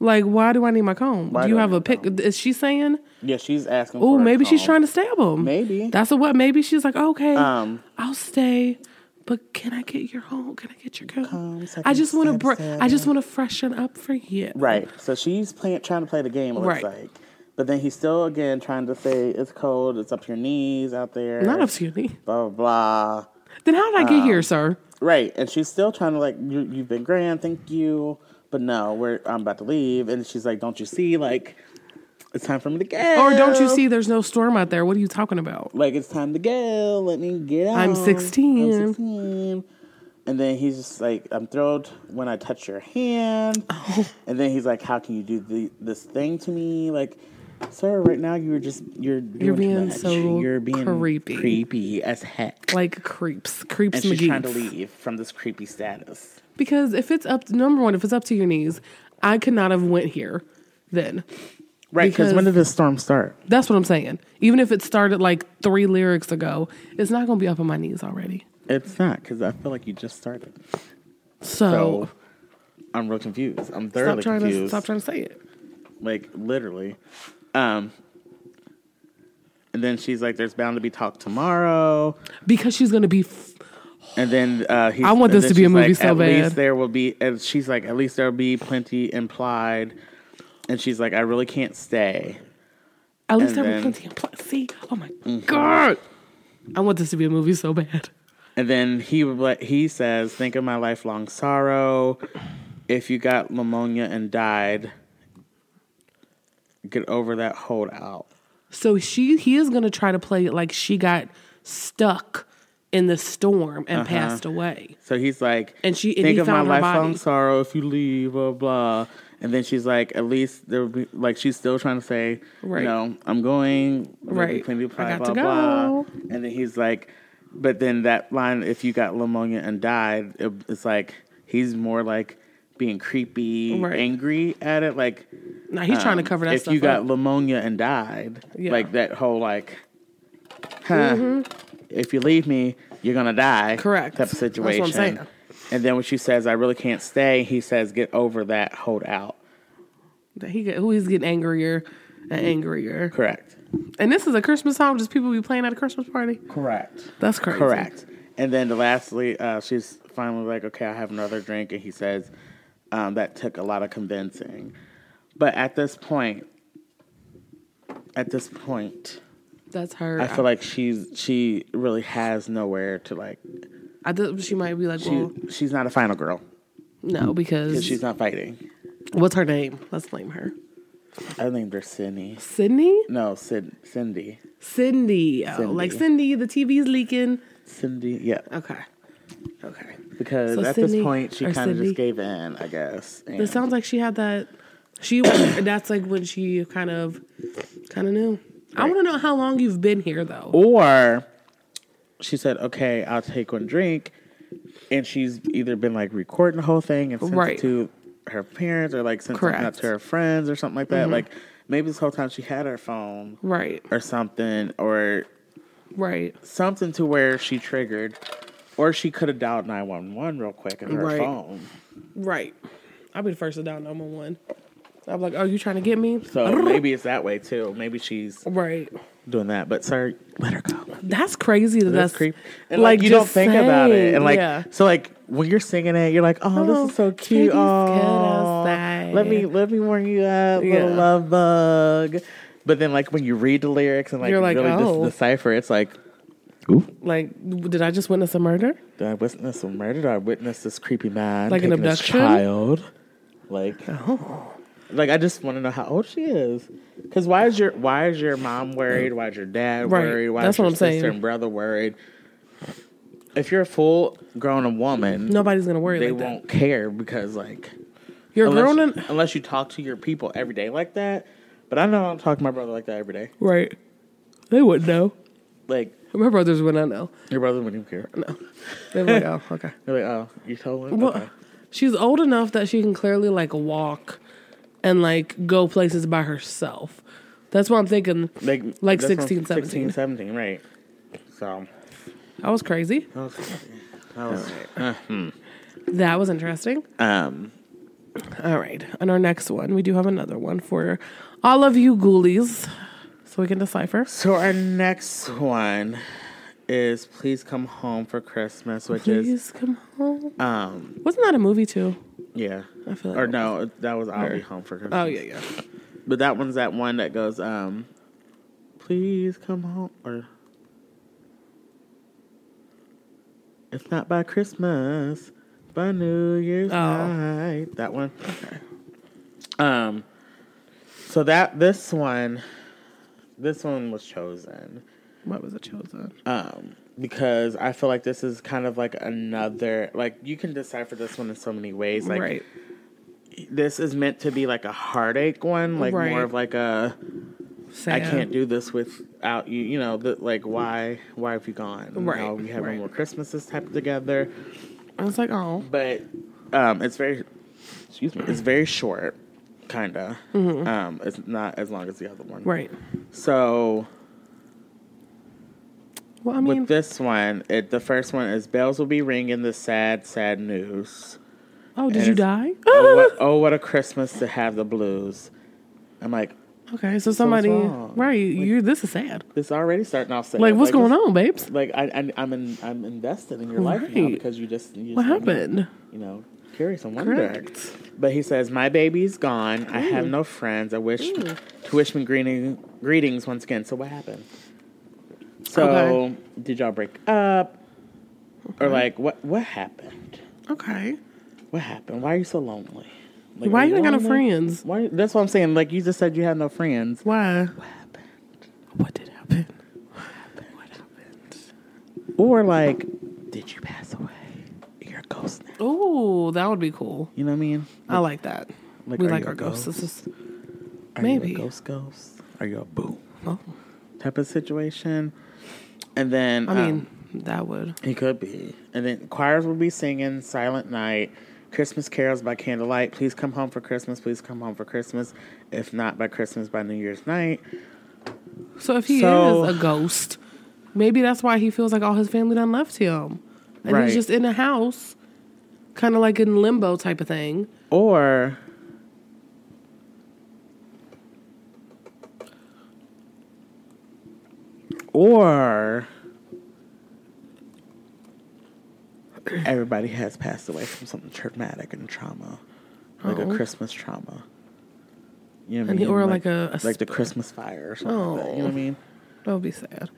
Speaker 1: like why do i need my comb
Speaker 2: Why
Speaker 1: do you
Speaker 2: do I
Speaker 1: have
Speaker 2: need
Speaker 1: a
Speaker 2: a
Speaker 1: pick
Speaker 2: comb?
Speaker 1: is she saying
Speaker 2: yeah, she's asking.
Speaker 1: oh
Speaker 2: for a
Speaker 1: maybe she's
Speaker 2: comb.
Speaker 1: trying to stab him
Speaker 2: Maybe.
Speaker 1: that's a what maybe she's like okay
Speaker 2: Um,
Speaker 1: i'll stay but can i get your home can i get your comb,
Speaker 2: Comb, so I
Speaker 1: i
Speaker 2: can
Speaker 1: just want to
Speaker 2: stab,
Speaker 1: br-
Speaker 2: stab
Speaker 1: i just
Speaker 2: him.
Speaker 1: want to freshen up for you
Speaker 2: Right. So she's playing, trying to play the game. It looks
Speaker 1: Right.
Speaker 2: like, but then he's still again trying to say it's cold. It's up to your knees out there.
Speaker 1: not excuse me
Speaker 2: Blah blah blah.
Speaker 1: then how did i get
Speaker 2: Um,
Speaker 1: here sir
Speaker 2: Right. And she's still trying to like, you, you've been grand. Thank you. But no, we're I'm about to leave. And she's like, don't you see? Like, it's time for me to go.
Speaker 1: Or don't you see there's no storm out there? What are you talking about?
Speaker 2: Like it's time to go. Let me get out.
Speaker 1: I'm 16.
Speaker 2: I'm 16. And then he's just like, I'm thrilled when I touch your hand.
Speaker 1: Oh.
Speaker 2: And then he's like, How can you do the, this thing to me? Like, sir, right now you're just you're doing
Speaker 1: You're
Speaker 2: too
Speaker 1: being
Speaker 2: much.
Speaker 1: so
Speaker 2: you're being
Speaker 1: creepy."
Speaker 2: creepy as heck.
Speaker 1: Like creeps, creeps
Speaker 2: and she's
Speaker 1: McGee.
Speaker 2: trying to leave from this creepy status.
Speaker 1: Because if it's up, number one, if it's up to your knees, I could not have went here. Then
Speaker 2: Right? Because when
Speaker 1: Because-
Speaker 2: did this storm start?
Speaker 1: that's what I'm saying. Even if it started like three lyrics ago, it's not gonna be up on my knees already.
Speaker 2: It's not because I feel like you just started.
Speaker 1: So,
Speaker 2: So I'm real confused. I'm
Speaker 1: Oh. stop
Speaker 2: thoroughly
Speaker 1: trying to
Speaker 2: confused.
Speaker 1: stop trying to say it.
Speaker 2: like literally. Um, and then she's like, "There's bound to be talk tomorrow."
Speaker 1: Because she's gonna be. F-
Speaker 2: And then uh, he's,
Speaker 1: I want
Speaker 2: and
Speaker 1: this
Speaker 2: then
Speaker 1: to be a
Speaker 2: she's
Speaker 1: movie
Speaker 2: like,
Speaker 1: so
Speaker 2: At least
Speaker 1: bad."
Speaker 2: there will be, and she's like, "At least there will be plenty implied." And she's like, "I really can't stay."
Speaker 1: at least
Speaker 2: and
Speaker 1: I
Speaker 2: then- Mm-hmm.
Speaker 1: have plenty of pl- See, oh my god, I want this to be a movie so bad.
Speaker 2: And then he would let- he says, "Think of my lifelong sorrow. If you got pneumonia and died, get over that holdout."
Speaker 1: So she he is gonna try to play it like she got stuck in the storm
Speaker 2: Uh-huh.
Speaker 1: and passed away.
Speaker 2: So he's like,
Speaker 1: And she- and
Speaker 2: think
Speaker 1: he
Speaker 2: of my
Speaker 1: found her
Speaker 2: lifelong
Speaker 1: body.
Speaker 2: sorrow if you leave, blah blah. And then she's like, at least there will be like she's still trying to say,
Speaker 1: Right.
Speaker 2: you know, I'm going, there'll be
Speaker 1: Right.
Speaker 2: plenty of
Speaker 1: I
Speaker 2: pie,
Speaker 1: got to
Speaker 2: blah, blah.
Speaker 1: go.
Speaker 2: And then he's like, but then that line, if you got pneumonia and died, it, it's like he's more like being creepy,
Speaker 1: Right.
Speaker 2: angry at it, like
Speaker 1: Now he's trying to
Speaker 2: um,
Speaker 1: cover that
Speaker 2: If
Speaker 1: stuff
Speaker 2: you got
Speaker 1: up.
Speaker 2: pneumonia and died,
Speaker 1: Yeah. Mm-hmm.
Speaker 2: like that whole like, huh? If you leave me, you're gonna die.
Speaker 1: Correct.
Speaker 2: Type of
Speaker 1: That's what I'm
Speaker 2: situation.
Speaker 1: saying.
Speaker 2: And then when she says, "I really can't stay," he says, "Get over that. Hold out."
Speaker 1: That he get, who he's getting angrier and angrier.
Speaker 2: Correct.
Speaker 1: And this is a Christmas song, just people be playing at a Christmas party.
Speaker 2: Correct.
Speaker 1: That's crazy.
Speaker 2: Correct. And then the lastly, uh, she's finally like, okay, I have another drink. And he says, um, that took a lot of convincing. But at this point, at this point.
Speaker 1: That's her.
Speaker 2: I feel like she's she really has nowhere to like.
Speaker 1: I thought she might be like,
Speaker 2: She,
Speaker 1: well,
Speaker 2: she's not a final girl
Speaker 1: no, because
Speaker 2: because she's not fighting.
Speaker 1: what's her name? Let's blame her.
Speaker 2: I named her Sydney.
Speaker 1: Sydney?
Speaker 2: No, Sid, Cindy.
Speaker 1: Cindy. Oh,
Speaker 2: Cindy.
Speaker 1: Like Cindy, the TV's leaking.
Speaker 2: Cindy. Yeah.
Speaker 1: Okay. Okay.
Speaker 2: Because
Speaker 1: So
Speaker 2: at
Speaker 1: Sydney
Speaker 2: this point, she
Speaker 1: or
Speaker 2: kind of
Speaker 1: Cindy?
Speaker 2: just gave in, I guess.
Speaker 1: It
Speaker 2: and-
Speaker 1: sounds like she had that. She (coughs) that's like when she kind of, kind of knew. I want to know how long you've been here though.
Speaker 2: or she said, "Okay, I'll take one drink," and she's either been like recording the whole thing and sent
Speaker 1: Right.
Speaker 2: it to her parents or like sent something up
Speaker 1: Correct. Mm-hmm.
Speaker 2: to her friends or something like that. Like maybe this whole time she had her phone
Speaker 1: Right.
Speaker 2: or something or
Speaker 1: Right.
Speaker 2: something to where she triggered, or she could have dialed nine one one real quick on her
Speaker 1: Right.
Speaker 2: phone.
Speaker 1: Right. I'll be the first to down number one. I'm like, oh, you trying to get me?
Speaker 2: So maybe it's that way too. Maybe she's
Speaker 1: (laughs) Right.
Speaker 2: doing that. But sir, let her go.
Speaker 1: That's crazy. That that's,
Speaker 2: That's creepy. And like, you don't
Speaker 1: just
Speaker 2: think about it.
Speaker 1: saying,
Speaker 2: And like
Speaker 1: yeah.
Speaker 2: so like when you're singing it, you're like, Oh, this is so
Speaker 1: Oh,
Speaker 2: cute.
Speaker 1: titties
Speaker 2: Oh,
Speaker 1: good outside.
Speaker 2: let me let me warm you up, little
Speaker 1: Yeah.
Speaker 2: love bug. But then like when you read the lyrics and like,
Speaker 1: You're like,
Speaker 2: really
Speaker 1: oh.
Speaker 2: just decipher, it's like Ooh,
Speaker 1: like, did I just witness a murder?
Speaker 2: did I witness a murder? Did I witness this creepy man
Speaker 1: Like an
Speaker 2: taking this
Speaker 1: abduction? Oh.
Speaker 2: child? Like, like I just want to know how old she is. Because why is your why is your mom worried? Why is your dad
Speaker 1: Right.
Speaker 2: worried? Why
Speaker 1: That's
Speaker 2: is your
Speaker 1: what I'm
Speaker 2: sister
Speaker 1: saying.
Speaker 2: and brother worried? If you're a full grown woman,
Speaker 1: Nobody's gonna worry.
Speaker 2: they
Speaker 1: like
Speaker 2: won't care because like
Speaker 1: That. You're
Speaker 2: unless,
Speaker 1: grown and
Speaker 2: unless you talk to your people every day like that. But I know I don't talk to my brother like that every day.
Speaker 1: right. They wouldn't know.
Speaker 2: Like
Speaker 1: My brothers wouldn't know.
Speaker 2: your brother wouldn't even care. No.
Speaker 1: They're
Speaker 2: (laughs)
Speaker 1: like, oh, okay.
Speaker 2: They're like, oh, you told him.
Speaker 1: Well,
Speaker 2: Okay.
Speaker 1: she's old enough that she can clearly like walk and like go places by herself. That's what I'm thinking.
Speaker 2: like
Speaker 1: Like
Speaker 2: that's from
Speaker 1: 16, 17.
Speaker 2: 16, 17, right? So
Speaker 1: That was crazy.
Speaker 2: that was, that was
Speaker 1: That was interesting.
Speaker 2: um
Speaker 1: All right. On our next one, we do have another one for all of you ghoulies. So we can decipher.
Speaker 2: So our next one is "Please Come Home for Christmas," which is
Speaker 1: Please come home.
Speaker 2: um
Speaker 1: Wasn't that a movie too?
Speaker 2: yeah.
Speaker 1: I feel like
Speaker 2: or
Speaker 1: that
Speaker 2: no, that was "I'll Be Home for Christmas."
Speaker 1: Oh yeah, yeah.
Speaker 2: but that one's that one that goes um, "Please come home" or "If not by Christmas, by New Year's
Speaker 1: Oh.
Speaker 2: night." That one. Um. So that this one, this one was chosen.
Speaker 1: What was it chosen?
Speaker 2: um, because I feel like this is kind of like another like you can decipher this one in so many ways. Like
Speaker 1: right.
Speaker 2: this is meant to be like a heartache one, like
Speaker 1: Right.
Speaker 2: more of like a
Speaker 1: Sam.
Speaker 2: I can't do this without you. You know, the, like why why have you gone?
Speaker 1: Right,
Speaker 2: Now we have
Speaker 1: right.
Speaker 2: no more Christmases type together,
Speaker 1: I was like, oh,
Speaker 2: but um, it's very excuse me, it's very short, kind of.
Speaker 1: Mm-hmm.
Speaker 2: Um, it's not as long as the other one.
Speaker 1: right.
Speaker 2: So
Speaker 1: Well, I mean,
Speaker 2: with this one, it the first one is bells will be ringing the sad, sad
Speaker 1: (laughs)
Speaker 2: news.
Speaker 1: oh,
Speaker 2: and
Speaker 1: did you
Speaker 2: it's-
Speaker 1: die?
Speaker 2: oh, what, oh, what a Christmas to have the blues. I'm like,
Speaker 1: (laughs) okay, so somebody,
Speaker 2: wrong?
Speaker 1: right? you this is sad.
Speaker 2: this already starting off sad.
Speaker 1: Like, what's going
Speaker 2: it's-
Speaker 1: on, babes?
Speaker 2: Like, I, I, I'm in, I'm invested in your life now
Speaker 1: Right.
Speaker 2: because you just, you just
Speaker 1: What
Speaker 2: made me,
Speaker 1: happened?
Speaker 2: You know, curious and wondering.
Speaker 1: Correct.
Speaker 2: But he says, "My baby's gone. I
Speaker 1: Mm.
Speaker 2: have no friends. I wish to wish me greeting, greetings once again." So what happened? So
Speaker 1: Okay.
Speaker 2: did y'all break up, or like what? What happened?
Speaker 1: Okay.
Speaker 2: What happened? Why are you so lonely? Like,
Speaker 1: Why you ain't got no
Speaker 2: lonely?
Speaker 1: friends?
Speaker 2: Why? That's what I'm saying. Like you just said, you had no friends.
Speaker 1: Why?
Speaker 2: What happened?
Speaker 1: What did happen? What happened?
Speaker 2: Or like, did you pass away? You're a ghost now.
Speaker 1: Oh, that would be cool.
Speaker 2: You know what I mean?
Speaker 1: I like that.
Speaker 2: Like,
Speaker 1: we
Speaker 2: are
Speaker 1: like
Speaker 2: you a
Speaker 1: our ghost
Speaker 2: ghost?
Speaker 1: sisters.
Speaker 2: Are
Speaker 1: Maybe.
Speaker 2: you a ghost? Ghost? Are you a boo?
Speaker 1: Oh,
Speaker 2: Type of situation. And then
Speaker 1: I
Speaker 2: um,
Speaker 1: mean, that would.
Speaker 2: He could be. And then choirs will be singing Silent Night, Christmas carols by candlelight. Please come home for Christmas. Please come home for Christmas. If not by Christmas, by New Year's night.
Speaker 1: So if he
Speaker 2: So-
Speaker 1: is a ghost, maybe that's why he feels like all his family done left him, and
Speaker 2: Right.
Speaker 1: he's just in a house, kind of like in limbo type of thing.
Speaker 2: Or or everybody has passed away from something traumatic and trauma, like
Speaker 1: Oh.
Speaker 2: a Christmas trauma. You know what I mean?
Speaker 1: And he- or like a- a
Speaker 2: like the Christmas fire or something. Like that, you know
Speaker 1: Oh.
Speaker 2: what I mean?
Speaker 1: That would be sad.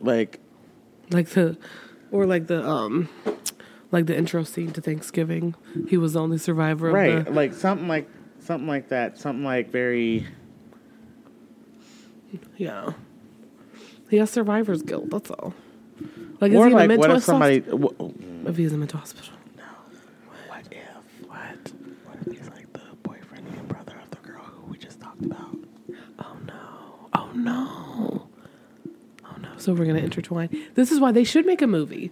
Speaker 2: Like
Speaker 1: Like the, or like the um, like the intro scene to Thanksgiving. He was the only survivor. Of
Speaker 2: right,
Speaker 1: the,
Speaker 2: like something like something like that. Something like very
Speaker 1: yeah. He has survivor's guilt. That's all. Like is
Speaker 2: or
Speaker 1: he
Speaker 2: like
Speaker 1: like, meant
Speaker 2: what
Speaker 1: to a
Speaker 2: if
Speaker 1: somebody?
Speaker 2: somebody what, what
Speaker 1: if he's in a mental
Speaker 2: if
Speaker 1: hospital.
Speaker 2: what what if he's like the boyfriend and brother of the girl who we just talked about?
Speaker 1: Oh no! Oh no! Oh no! So we're gonna intertwine. This is why they should make
Speaker 2: (laughs)
Speaker 1: a movie.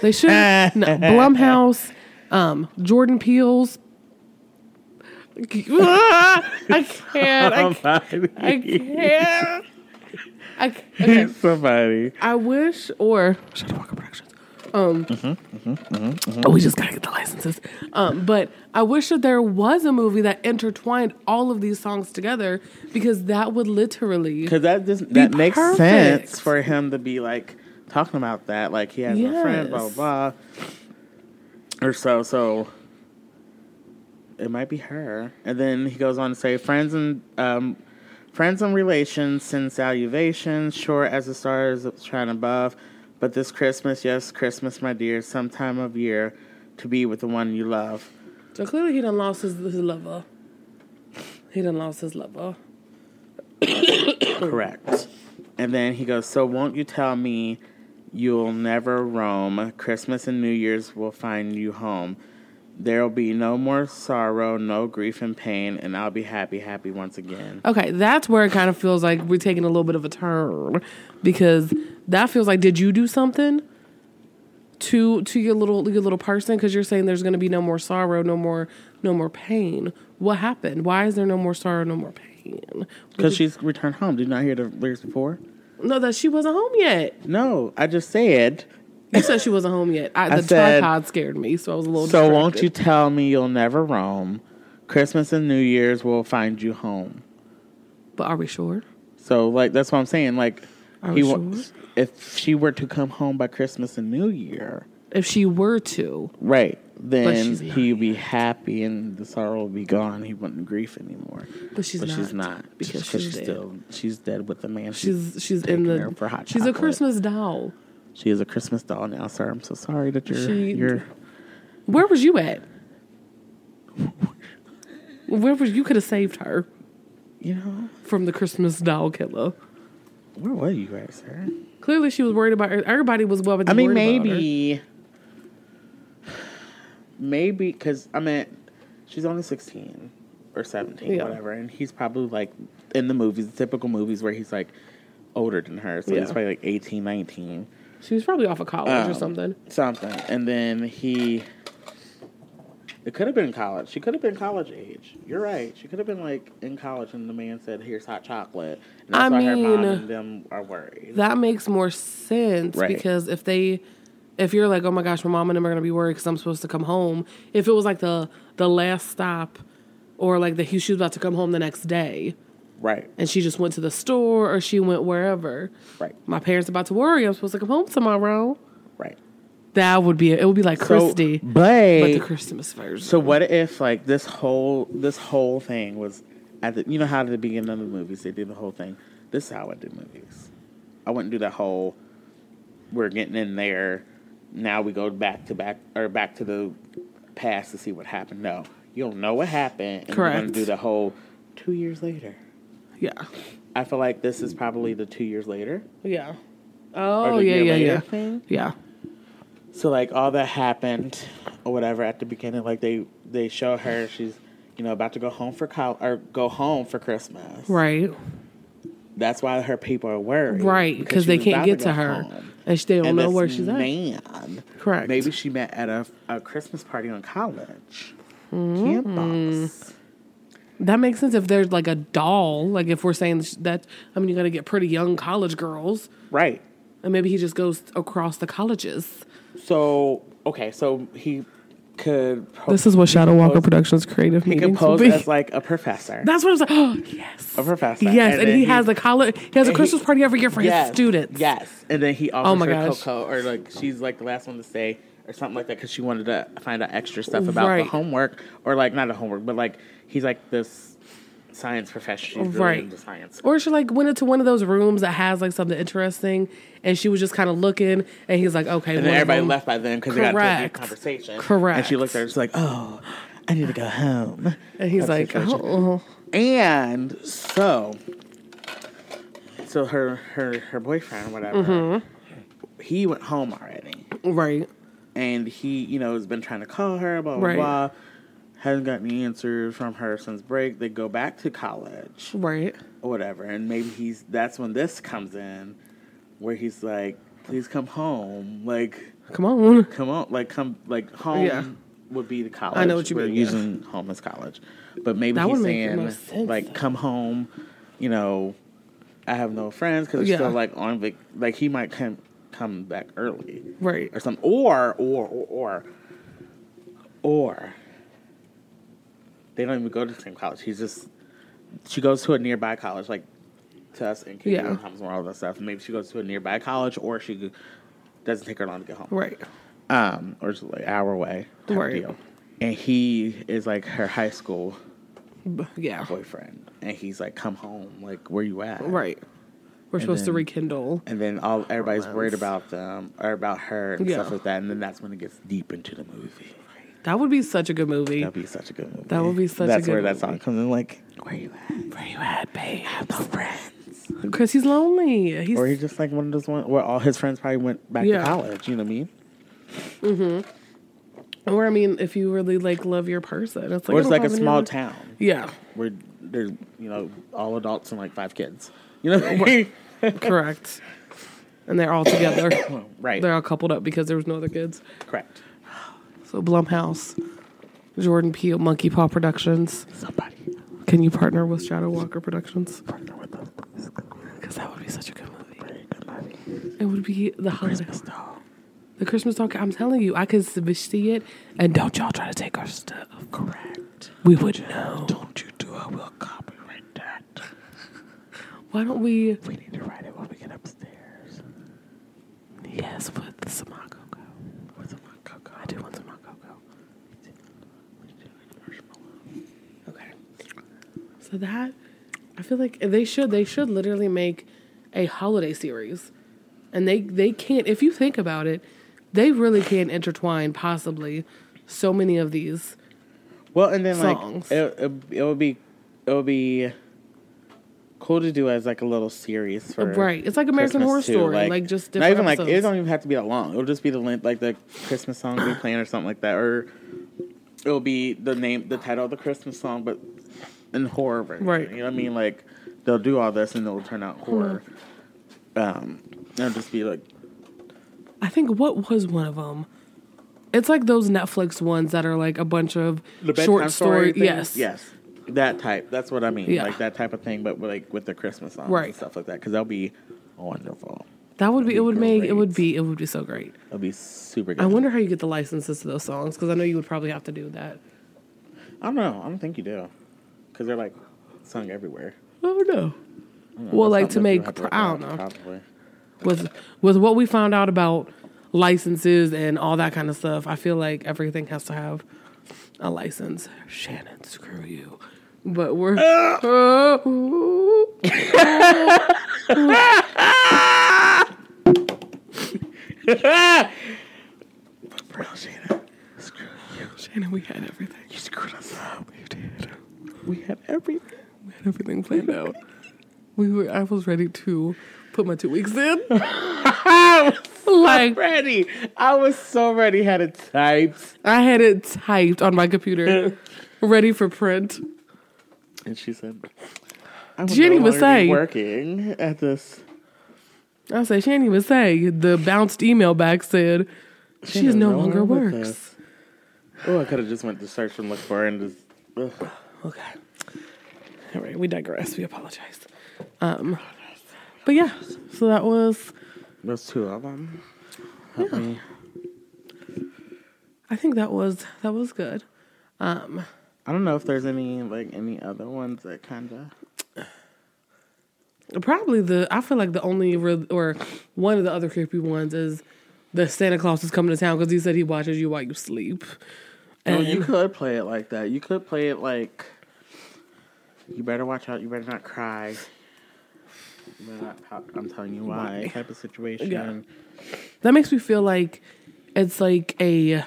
Speaker 1: They should. no, Blumhouse, um, Jordan Peele's. (laughs)
Speaker 2: (laughs) Oh,
Speaker 1: I can't. I, can't. (laughs) I can't. I, can't. okay.
Speaker 2: somebody.
Speaker 1: I wish or Shadow Walker Productions. Um, oh, we just gotta get the licenses. Um, but I wish that there was a movie that intertwined all of these songs together because that would literally
Speaker 2: Because that just that makes sense
Speaker 1: perfect.
Speaker 2: for him to be like talking about that, like he has a friend, blah
Speaker 1: Yes.
Speaker 2: blah blah, or so. So it might be her, and then he goes on to say, "Friends and um, friends and relations send salutations, sure as the stars shine above, but this Christmas, yes, Christmas, my dear, some time of year to be with the one you love."
Speaker 1: So clearly he done lost his, his lover. He done lost his lover.
Speaker 2: Correct. And then he goes, So won't you tell me you'll never roam? Christmas and New Year's will find you home. There'll be no more sorrow, no grief and pain, and I'll be happy, happy once again.
Speaker 1: Okay, that's where it kind of feels like we're taking a little bit of a turn because that feels like did you do something to to your little your little person because you're saying there's going to be no more sorrow, no more no more pain. What happened? Why is there no more sorrow, no more pain?
Speaker 2: Because she's returned home. Did you not hear the lyrics before?
Speaker 1: No, that she wasn't home yet.
Speaker 2: No, I just said,
Speaker 1: You said she wasn't home yet. I,
Speaker 2: I
Speaker 1: the
Speaker 2: said-
Speaker 1: tripod scared me, so I was a little.
Speaker 2: So won't
Speaker 1: distracted.
Speaker 2: you tell me you'll never roam? Christmas and New Year's will find you home.
Speaker 1: But are we sure?
Speaker 2: So, like, that's what I'm saying. Like,
Speaker 1: Are
Speaker 2: he
Speaker 1: we
Speaker 2: wa-
Speaker 1: sure?
Speaker 2: if she were to come home by Christmas and New Year,
Speaker 1: If she were to,
Speaker 2: Right. Then
Speaker 1: she's not
Speaker 2: he'll be happy and the sorrow will be gone. He wouldn't grief anymore.
Speaker 1: but she's
Speaker 2: but
Speaker 1: not
Speaker 2: she's not
Speaker 1: because
Speaker 2: she's,
Speaker 1: she's dead.
Speaker 2: still she's dead with the man.
Speaker 1: She's she's
Speaker 2: taking
Speaker 1: in the
Speaker 2: her for hot
Speaker 1: she's a
Speaker 2: chocolate.
Speaker 1: Christmas doll.
Speaker 2: she is a Christmas doll now, sir. I'm so sorry that you're
Speaker 1: She-
Speaker 2: you're
Speaker 1: Where was you at? Where was you could have saved her
Speaker 2: you know
Speaker 1: from the Christmas doll killer?
Speaker 2: where were you at, sir?
Speaker 1: Clearly, she was worried about her. Everybody was well.
Speaker 2: I mean maybe maybe because I mean she's only sixteen or seventeen,
Speaker 1: Yeah.
Speaker 2: whatever, and he's probably like in the movies, the typical movies where he's like older than her, so
Speaker 1: Yeah.
Speaker 2: he's probably like 18, 19.
Speaker 1: she was probably off of college or
Speaker 2: Um,
Speaker 1: something.
Speaker 2: something. And then he. It could have been college. She could have been college age. You're right. She could have been like in college, and the man said, "Here's hot chocolate." And that's
Speaker 1: I
Speaker 2: why her mom
Speaker 1: mean-
Speaker 2: and them are worried.
Speaker 1: That makes more sense
Speaker 2: Right.
Speaker 1: because if they, if you're like, oh my gosh, my mom and them are gonna be worried because I'm supposed to come home. If it was like the the last stop, or like that he she was about to come home the next day,
Speaker 2: right.
Speaker 1: and she just went to the store or she went wherever.
Speaker 2: Right.
Speaker 1: My parents about to worry. I'm supposed to come home tomorrow.
Speaker 2: Right.
Speaker 1: That would be it. Would be like Christy,
Speaker 2: So,
Speaker 1: but,
Speaker 2: but
Speaker 1: the Christmas version.
Speaker 2: so what if like this whole this whole thing was at the you know how at the beginning of the movies they do the whole thing. This is how I do movies. I wouldn't do that whole. We're getting in there. Now we go back to back or back to the past to see what happened. No, you don't know what happened. And We're gonna
Speaker 1: Correct.
Speaker 2: do the whole two years later.
Speaker 1: yeah,
Speaker 2: I feel like this is probably the two years later.
Speaker 1: yeah.
Speaker 2: or
Speaker 1: Oh
Speaker 2: the
Speaker 1: yeah,
Speaker 2: year
Speaker 1: yeah,
Speaker 2: later
Speaker 1: yeah,
Speaker 2: Thing.
Speaker 1: yeah.
Speaker 2: So like all that happened or whatever at the beginning, like they they show her she's you know about to go home for col- or go home for Christmas.
Speaker 1: Right,
Speaker 2: That's why her people are worried.
Speaker 1: right. Because they
Speaker 2: she was about
Speaker 1: can't get
Speaker 2: go
Speaker 1: to her,
Speaker 2: home.
Speaker 1: and she, they don't
Speaker 2: And
Speaker 1: know
Speaker 2: this
Speaker 1: where she's at.
Speaker 2: man,
Speaker 1: Correct.
Speaker 2: Maybe she met at a, a Christmas party on college
Speaker 1: Mm-hmm.
Speaker 2: campus.
Speaker 1: That makes sense if there's like a doll. Like if we're saying sh- that, I mean, you gotta get pretty young college girls,
Speaker 2: Right.
Speaker 1: and maybe he just goes across the colleges.
Speaker 2: So okay, so he could. pro-
Speaker 1: This is what
Speaker 2: he
Speaker 1: Shadow
Speaker 2: could
Speaker 1: Walker
Speaker 2: pose-
Speaker 1: Productions creative
Speaker 2: He could
Speaker 1: meetings will
Speaker 2: pose
Speaker 1: be.
Speaker 2: as like a
Speaker 1: (laughs)
Speaker 2: professor.
Speaker 1: That's what I was like. Oh (gasps) yes,
Speaker 2: A professor.
Speaker 1: Yes, and,
Speaker 2: then
Speaker 1: he, has a college. He has a Christmas party every year for
Speaker 2: Yes,
Speaker 1: his students. Oh
Speaker 2: Yes, and then he offers
Speaker 1: my
Speaker 2: her
Speaker 1: gosh.
Speaker 2: cocoa, or like she's like the last one to say, or something like that, because she wanted to find out extra stuff about
Speaker 1: Right.
Speaker 2: the homework, or like not the homework, but like he's like this science profession. She's really
Speaker 1: Right.
Speaker 2: into science.
Speaker 1: Or she like went into one of those rooms that has like something interesting, and she was just kind of looking, and he's like, okay.
Speaker 2: And
Speaker 1: one
Speaker 2: then
Speaker 1: of
Speaker 2: everybody
Speaker 1: them-
Speaker 2: left by then because they got into a deep
Speaker 1: Correct.
Speaker 2: conversation. And
Speaker 1: Correct.
Speaker 2: she looked at her she's like, oh, I need to go home.
Speaker 1: And he's
Speaker 2: That's
Speaker 1: like,
Speaker 2: the situation.
Speaker 1: oh,
Speaker 2: And so, so her her her boyfriend, whatever,
Speaker 1: Mm-hmm.
Speaker 2: he went home already,
Speaker 1: right,
Speaker 2: and he you know has been trying to call her, blah blah
Speaker 1: Right.
Speaker 2: blah. Hasn't gotten any answers from her since break. They go back to college
Speaker 1: right,
Speaker 2: or whatever, and maybe he's that's when this comes in, where he's like, "Please come home, like
Speaker 1: come on, (laughs)
Speaker 2: come on, like come like home."
Speaker 1: Yeah.
Speaker 2: Would be the college.
Speaker 1: I know what you
Speaker 2: We're
Speaker 1: mean, yeah.
Speaker 2: Using home as college, but maybe
Speaker 1: That
Speaker 2: he's
Speaker 1: would make the
Speaker 2: saying
Speaker 1: most sense,
Speaker 2: like
Speaker 1: though.
Speaker 2: come home. You know, I have no friends because it's
Speaker 1: Yeah.
Speaker 2: still like on vac- like he might come come back early
Speaker 1: right,
Speaker 2: or something or or or or or they don't even go to the same college. He's just she goes to a nearby college like to us in Katie
Speaker 1: Yeah.
Speaker 2: and Thomas and all that stuff. Maybe she goes to a nearby college or she g- doesn't take her long to get home
Speaker 1: right,
Speaker 2: um, or just like hour away type
Speaker 1: Right.
Speaker 2: deal. And he is like her high school
Speaker 1: B- yeah,
Speaker 2: boyfriend, and he's like, "Come home, like where you at?"
Speaker 1: right. We're supposed to
Speaker 2: then-
Speaker 1: rekindle,
Speaker 2: And then all everybody's worried about
Speaker 1: Romance.
Speaker 2: them or about her and stuff
Speaker 1: Yeah.
Speaker 2: like that. And then that's when it gets deep into the movie.
Speaker 1: That would be such a good movie.
Speaker 2: That'd be such a good movie.
Speaker 1: That would be such a
Speaker 2: That's
Speaker 1: good
Speaker 2: where that
Speaker 1: movie.
Speaker 2: song comes in. Like, where you at? Where you at, babe? have no friends.
Speaker 1: Because he's lonely. He's
Speaker 2: Or he's just like one of those ones where all his friends probably went back
Speaker 1: Yeah.
Speaker 2: to college. You know what I mean?
Speaker 1: or I mean, if you really like love your person, it's like
Speaker 2: Or it's
Speaker 1: I don't
Speaker 2: like a
Speaker 1: have any
Speaker 2: small
Speaker 1: other-
Speaker 2: town.
Speaker 1: Yeah,
Speaker 2: where there's you know all adults and like five kids. You know, what I mean?
Speaker 1: correct. And they're all together.
Speaker 2: right?
Speaker 1: they're all coupled up because there was no other kids.
Speaker 2: Correct.
Speaker 1: So Blumhouse, Jordan Peele, Monkey Paw Productions.
Speaker 2: Somebody
Speaker 1: Can you partner with Shadow Walker Productions?
Speaker 2: partner with us. This is gonna be
Speaker 1: Because that would be such a good movie.
Speaker 2: a very good movie.
Speaker 1: It would be the holidays.
Speaker 2: Christmas doll.
Speaker 1: The Christmas talk. I'm telling you, I could s- see it. And don't y'all try to take our stuff.
Speaker 2: Correct.
Speaker 1: We would know.
Speaker 2: Don't you do it? We'll copyright that.
Speaker 1: (laughs) Why don't we?
Speaker 2: We need to write it when we get upstairs.
Speaker 1: Yes, with some hot cocoa.
Speaker 2: With some hot cocoa.
Speaker 1: I do want some hot cocoa.
Speaker 2: We do like marshmallow.
Speaker 1: Okay. So that I feel like they should they should literally make a holiday series. And they they can't if you think about it, they really can't intertwine possibly so many of these.
Speaker 2: Well, and then like
Speaker 1: Songs.
Speaker 2: it, it, it would be it would be cool to do as like a little series for
Speaker 1: Right. It's like American
Speaker 2: Christmas
Speaker 1: Horror
Speaker 2: too,
Speaker 1: Story, like, just
Speaker 2: not
Speaker 1: different
Speaker 2: even like it
Speaker 1: episodes.
Speaker 2: don't even have to be that long. It'll just be the length like the Christmas song we playing or something like that, or it'll be the name, the title of the Christmas song, but in horror version.
Speaker 1: Right.
Speaker 2: You know what I mean? Like they'll do all this and it'll turn out horror.
Speaker 1: Hmm.
Speaker 2: Um, it'll just be like
Speaker 1: I think what was one of them? It's like those Netflix ones that are like a bunch of short story.
Speaker 2: thing?
Speaker 1: yes.
Speaker 2: yes, that type. That's what I mean,
Speaker 1: Yeah.
Speaker 2: like that type of thing, but like with the Christmas songs and
Speaker 1: Right.
Speaker 2: stuff like that, because that'll be wonderful.
Speaker 1: That would be it would make it would
Speaker 2: Great.
Speaker 1: be it would be so great.
Speaker 2: It'll be super good.
Speaker 1: I wonder how you get the licenses to those songs because I know you would probably have to do that.
Speaker 2: I don't know. I don't think you do, because they're like sung everywhere.
Speaker 1: I don't know.
Speaker 2: I don't know.
Speaker 1: Well,
Speaker 2: That's
Speaker 1: like to
Speaker 2: something you
Speaker 1: make,
Speaker 2: have
Speaker 1: pro-
Speaker 2: look
Speaker 1: I don't
Speaker 2: up,
Speaker 1: know.
Speaker 2: Probably.
Speaker 1: with with what we found out about licenses and all that kind of stuff, I feel like everything has to have a license. Shannon, screw you. But
Speaker 2: (laughs)
Speaker 1: we're
Speaker 2: Ah!
Speaker 1: (laughs)
Speaker 2: But for real, Shayna, screw you.
Speaker 1: Shannon, we had everything.
Speaker 2: You screwed us up. You did. We had
Speaker 1: (laughs)
Speaker 2: everything.
Speaker 1: We had everything planned out. We were I was ready to put my two weeks (laughs) in.
Speaker 2: I was so
Speaker 1: Like-
Speaker 2: ready. I was so ready. Had it typed,
Speaker 1: I had it typed on my computer, ready for print.
Speaker 2: and she said, "I will
Speaker 1: Jenny
Speaker 2: no longer
Speaker 1: was
Speaker 2: be
Speaker 1: saying-
Speaker 2: working at this."
Speaker 1: I said, she didn't even say. The bounced email back said, she is
Speaker 2: Shannon
Speaker 1: no
Speaker 2: no
Speaker 1: longer
Speaker 2: longer with
Speaker 1: works.
Speaker 2: us. Oh, I could have just went to search and look for her and just. ugh.
Speaker 1: Okay. All right, we digress. We apologize. Um, but yeah, so that was.
Speaker 2: There's two of them. Help me.
Speaker 1: I think that was that was good.
Speaker 2: I don't know if there's any like any other ones that kind of.
Speaker 1: Probably the I feel like the only real, or one of the other creepy ones is the Santa Claus is coming to town because he said he watches you while you sleep.
Speaker 2: Oh,
Speaker 1: And
Speaker 2: you could play it like that. You could play it like You better watch out. You better not cry. You better not pop. I'm telling you why type of situation.
Speaker 1: Yeah. That makes me feel like it's like a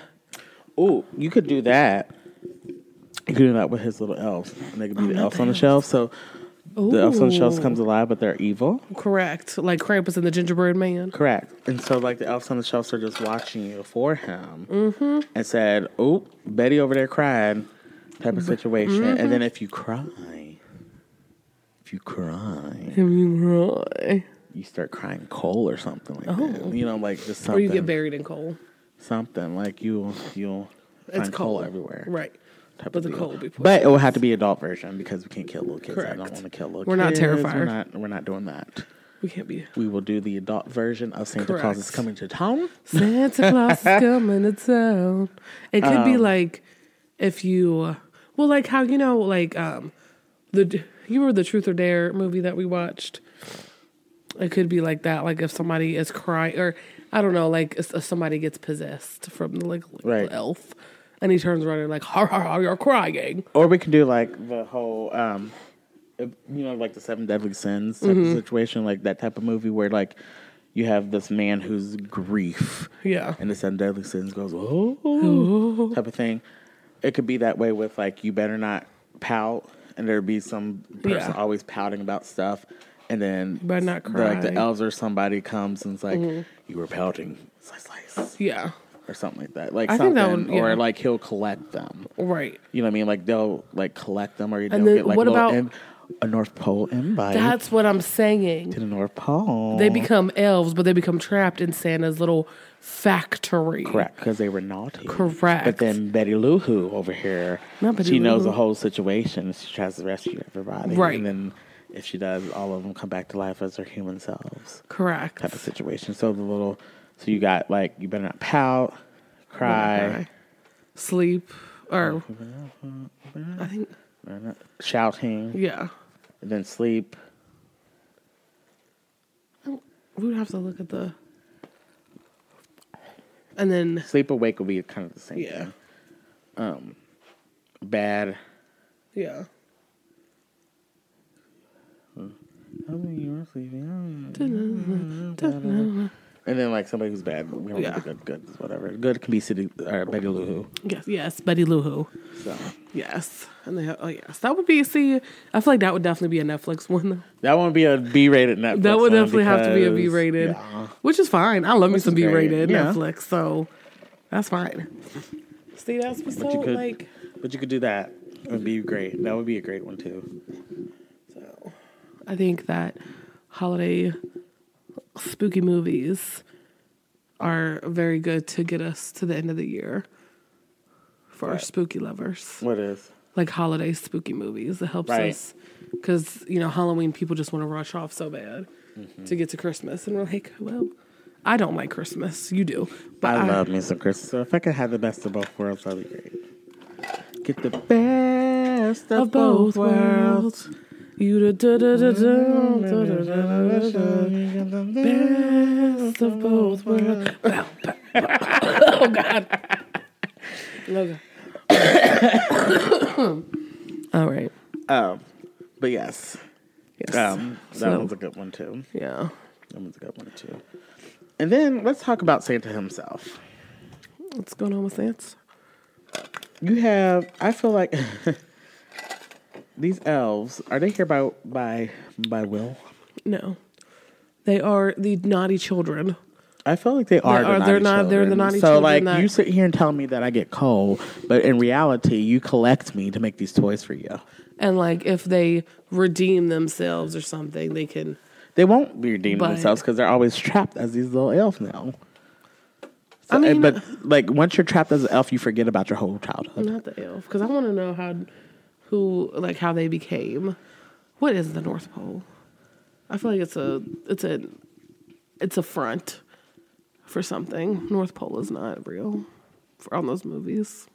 Speaker 2: Oh, you could do that. You could do that with his little elves. And they could be the elves on the shelf. So the elves on the shelves
Speaker 1: Ooh.
Speaker 2: comes alive, but they're evil.
Speaker 1: correct, like Krampus and the Gingerbread Man.
Speaker 2: Correct. And so like the elves on the shelves are just watching you for him and said, Oh, Betty over there cried type of situation. And then if you cry, if you cry,
Speaker 1: Have you cry?
Speaker 2: you start crying coal or something like that. You know, like just something.
Speaker 1: Or you get buried in coal.
Speaker 2: Something like you, you'll find
Speaker 1: It's
Speaker 2: coal.
Speaker 1: coal.
Speaker 2: everywhere.
Speaker 1: Right.
Speaker 2: type
Speaker 1: But
Speaker 2: of
Speaker 1: the
Speaker 2: deal.
Speaker 1: coal will be put
Speaker 2: But it will have to be adult version because we can't kill little kids. I don't
Speaker 1: Correct.
Speaker 2: want to kill little
Speaker 1: We're not
Speaker 2: kids. We're
Speaker 1: terrifier.
Speaker 2: not, we're not doing that.
Speaker 1: We can't be.
Speaker 2: We will do the adult version of Santa Claus is
Speaker 1: Correct.
Speaker 2: coming to town.
Speaker 1: Santa
Speaker 2: (laughs)
Speaker 1: Claus is coming to town. It could
Speaker 2: Um.
Speaker 1: be like if you, well, like how you know, like um, the you remember the Truth or Dare movie that we watched. It could be like that, like if somebody is crying, or I don't know, like if if somebody gets possessed from the like
Speaker 2: Right.
Speaker 1: elf, and he turns around and like, "Har har har, you're crying."
Speaker 2: Or we can do like the whole, um, if- you know, like the Seven Deadly Sins type
Speaker 1: Mm-hmm.
Speaker 2: of situation, like that type of movie where like you have this man who's grief.
Speaker 1: Yeah,
Speaker 2: and the seven deadly sins goes oh type of thing. It could be that way with like you better not pout, and there'd be some person
Speaker 1: Yeah.
Speaker 2: always pouting about stuff, and then
Speaker 1: You better not
Speaker 2: the- like the
Speaker 1: cry. Mm-hmm.
Speaker 2: elves or somebody comes and's like you were pouting, slice slice
Speaker 1: yeah,
Speaker 2: or something like that, like
Speaker 1: I
Speaker 2: something
Speaker 1: think that would- yeah.
Speaker 2: or like he'll collect them.
Speaker 1: right.
Speaker 2: You know what I mean? Like they'll like collect them, or they'll
Speaker 1: then
Speaker 2: get like
Speaker 1: what
Speaker 2: little
Speaker 1: about-
Speaker 2: in- a North Pole invite
Speaker 1: That's what I'm saying.
Speaker 2: to the North Pole.
Speaker 1: They become elves, but they become trapped in Santa's little factory.
Speaker 2: Correct, because they were naughty.
Speaker 1: Correct.
Speaker 2: But then Betty Lou Who over here,
Speaker 1: Not Betty
Speaker 2: she
Speaker 1: Lou
Speaker 2: knows the
Speaker 1: Who.
Speaker 2: whole situation. and She tries to rescue everybody.
Speaker 1: Right.
Speaker 2: And then if she does, all of them come back to life as their human selves
Speaker 1: Correct.
Speaker 2: type of situation. So the little, so you got like, you better not pout, cry,
Speaker 1: cry. Sleep or I think
Speaker 2: shouting,
Speaker 1: yeah.
Speaker 2: and then sleep.
Speaker 1: We would have to look at the and then
Speaker 2: Sleep awake will be kind of the same
Speaker 1: Yeah.
Speaker 2: thing. Um, bad.
Speaker 1: yeah.
Speaker 2: Oh, you were
Speaker 1: (laughs)
Speaker 2: sleeping. Oh, And then like somebody who's bad. We don't
Speaker 1: Yeah.
Speaker 2: think good, good, whatever. Good can be City or Betty Lou Who.
Speaker 1: Yes, yes, Betty Lou Who.
Speaker 2: So
Speaker 1: Yes. And they have, oh yes. That would be see, I feel like that would definitely be a Netflix one though.
Speaker 2: that won't be a B rated Netflix.
Speaker 1: That would
Speaker 2: one
Speaker 1: definitely have to be a
Speaker 2: because-
Speaker 1: B rated.
Speaker 2: Yeah.
Speaker 1: Which is fine. I love me some
Speaker 2: is
Speaker 1: B
Speaker 2: great.
Speaker 1: rated
Speaker 2: Yeah.
Speaker 1: Netflix, so that's fine. See, that's what's so
Speaker 2: But you could
Speaker 1: like
Speaker 2: but you could do that. It would be great. That would be a great one too.
Speaker 1: So I think that holiday spooky movies are very good to get us to the end of the year for our
Speaker 2: Right.
Speaker 1: spooky lovers.
Speaker 2: What is?
Speaker 1: Like holiday spooky movies. It helps
Speaker 2: Right.
Speaker 1: us because, you know, Halloween people just want to rush off so bad to get to Christmas. And we're like, well, I don't like Christmas. You do.
Speaker 2: I, love me some Christmas. So if I could have the best of both worlds, that'd be great. Get the best of,
Speaker 1: of both worlds. You da da da da da da da da da. Best of both worlds. Bow, bow, bow. (laughs) oh God. Okay. All right.
Speaker 2: Um, but yes,
Speaker 1: Yes.
Speaker 2: um, that
Speaker 1: So-
Speaker 2: one's a good one too.
Speaker 1: yeah.
Speaker 2: That one's a good one too. And then let's talk about Santa himself.
Speaker 1: What's going on with Santa?
Speaker 2: You have. I feel like (laughs) these elves are they here by by by will?
Speaker 1: No. They are the naughty children.
Speaker 2: I feel like they are.
Speaker 1: are-
Speaker 2: the
Speaker 1: they're
Speaker 2: naughty
Speaker 1: not- they're the
Speaker 2: children.
Speaker 1: naughty
Speaker 2: So
Speaker 1: children
Speaker 2: like
Speaker 1: that-
Speaker 2: you sit here and tell me that I get coal, but in reality you collect me to make these toys for you.
Speaker 1: And like if they redeem themselves or something, they can
Speaker 2: They won't be redeeming
Speaker 1: But-
Speaker 2: themselves because they're always trapped as these little elves now. So, eh,
Speaker 1: I mean-
Speaker 2: but like once you're trapped as an elf, you forget about your whole childhood.
Speaker 1: not the elf because I want to know how who like how they became. What is the North Pole? I feel like it's a it's a it's a front for something. North Pole is not real for on those movies.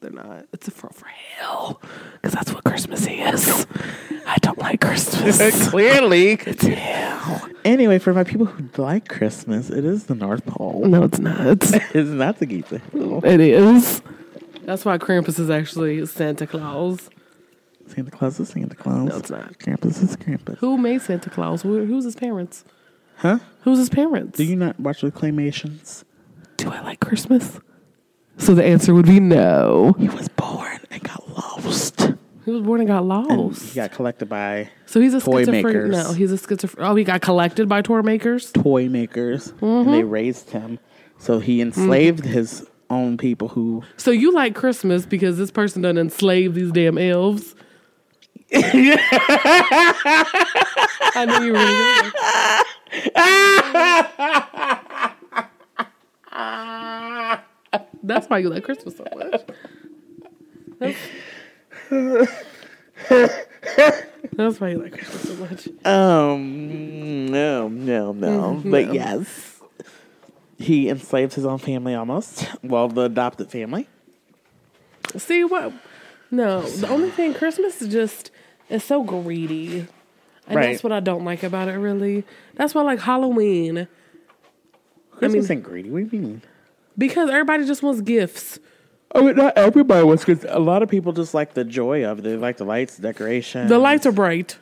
Speaker 1: They're not. It's a front for hell because that's what Christmas is. I don't
Speaker 2: (laughs)
Speaker 1: like Christmas.
Speaker 2: Clearly.
Speaker 1: it's hell.
Speaker 2: Anyway, for my people who like Christmas, it is the North Pole. (laughs)
Speaker 1: No, it's (laughs) not.
Speaker 2: it's not the Geeta Hill.
Speaker 1: It is. That's why Krampus is actually Santa Claus.
Speaker 2: Santa Claus is Santa Claus.
Speaker 1: No, it's not.
Speaker 2: Krampus is Krampus.
Speaker 1: Who made Santa Claus? Who, who's his parents?
Speaker 2: Huh?
Speaker 1: Who's his parents?
Speaker 2: Do you not watch the Claymations?
Speaker 1: Do I like Christmas? So the answer would be no.
Speaker 2: He was born and got lost.
Speaker 1: He was born and got
Speaker 2: And
Speaker 1: lost.
Speaker 2: Oh, he got collected by
Speaker 1: so he's a
Speaker 2: toy
Speaker 1: schizophrenic.
Speaker 2: makers.
Speaker 1: No, he's a schizophrenic. Oh, he got collected by toy makers.
Speaker 2: toy makers and they raised him. So he enslaved his own people who.
Speaker 1: So you like Christmas because this person done enslaved these damn elves. I know you were really good. That's why you like Christmas so much. That's, That's why you like Christmas so much.
Speaker 2: Um, no, no, Mm-hmm. no. But yes. He enslaved his own family almost. Well, the adopted family.
Speaker 1: See what? No, the only thing Christmas is just it's so greedy, and
Speaker 2: Right.
Speaker 1: that's what I don't like about it. Really, that's why I like Halloween
Speaker 2: Christmas ain't greedy. What do you mean?
Speaker 1: because everybody just wants gifts.
Speaker 2: Oh, but not everybody was. Cause a lot of people just like the joy of it. They like the lights, decoration.
Speaker 1: The lights are bright.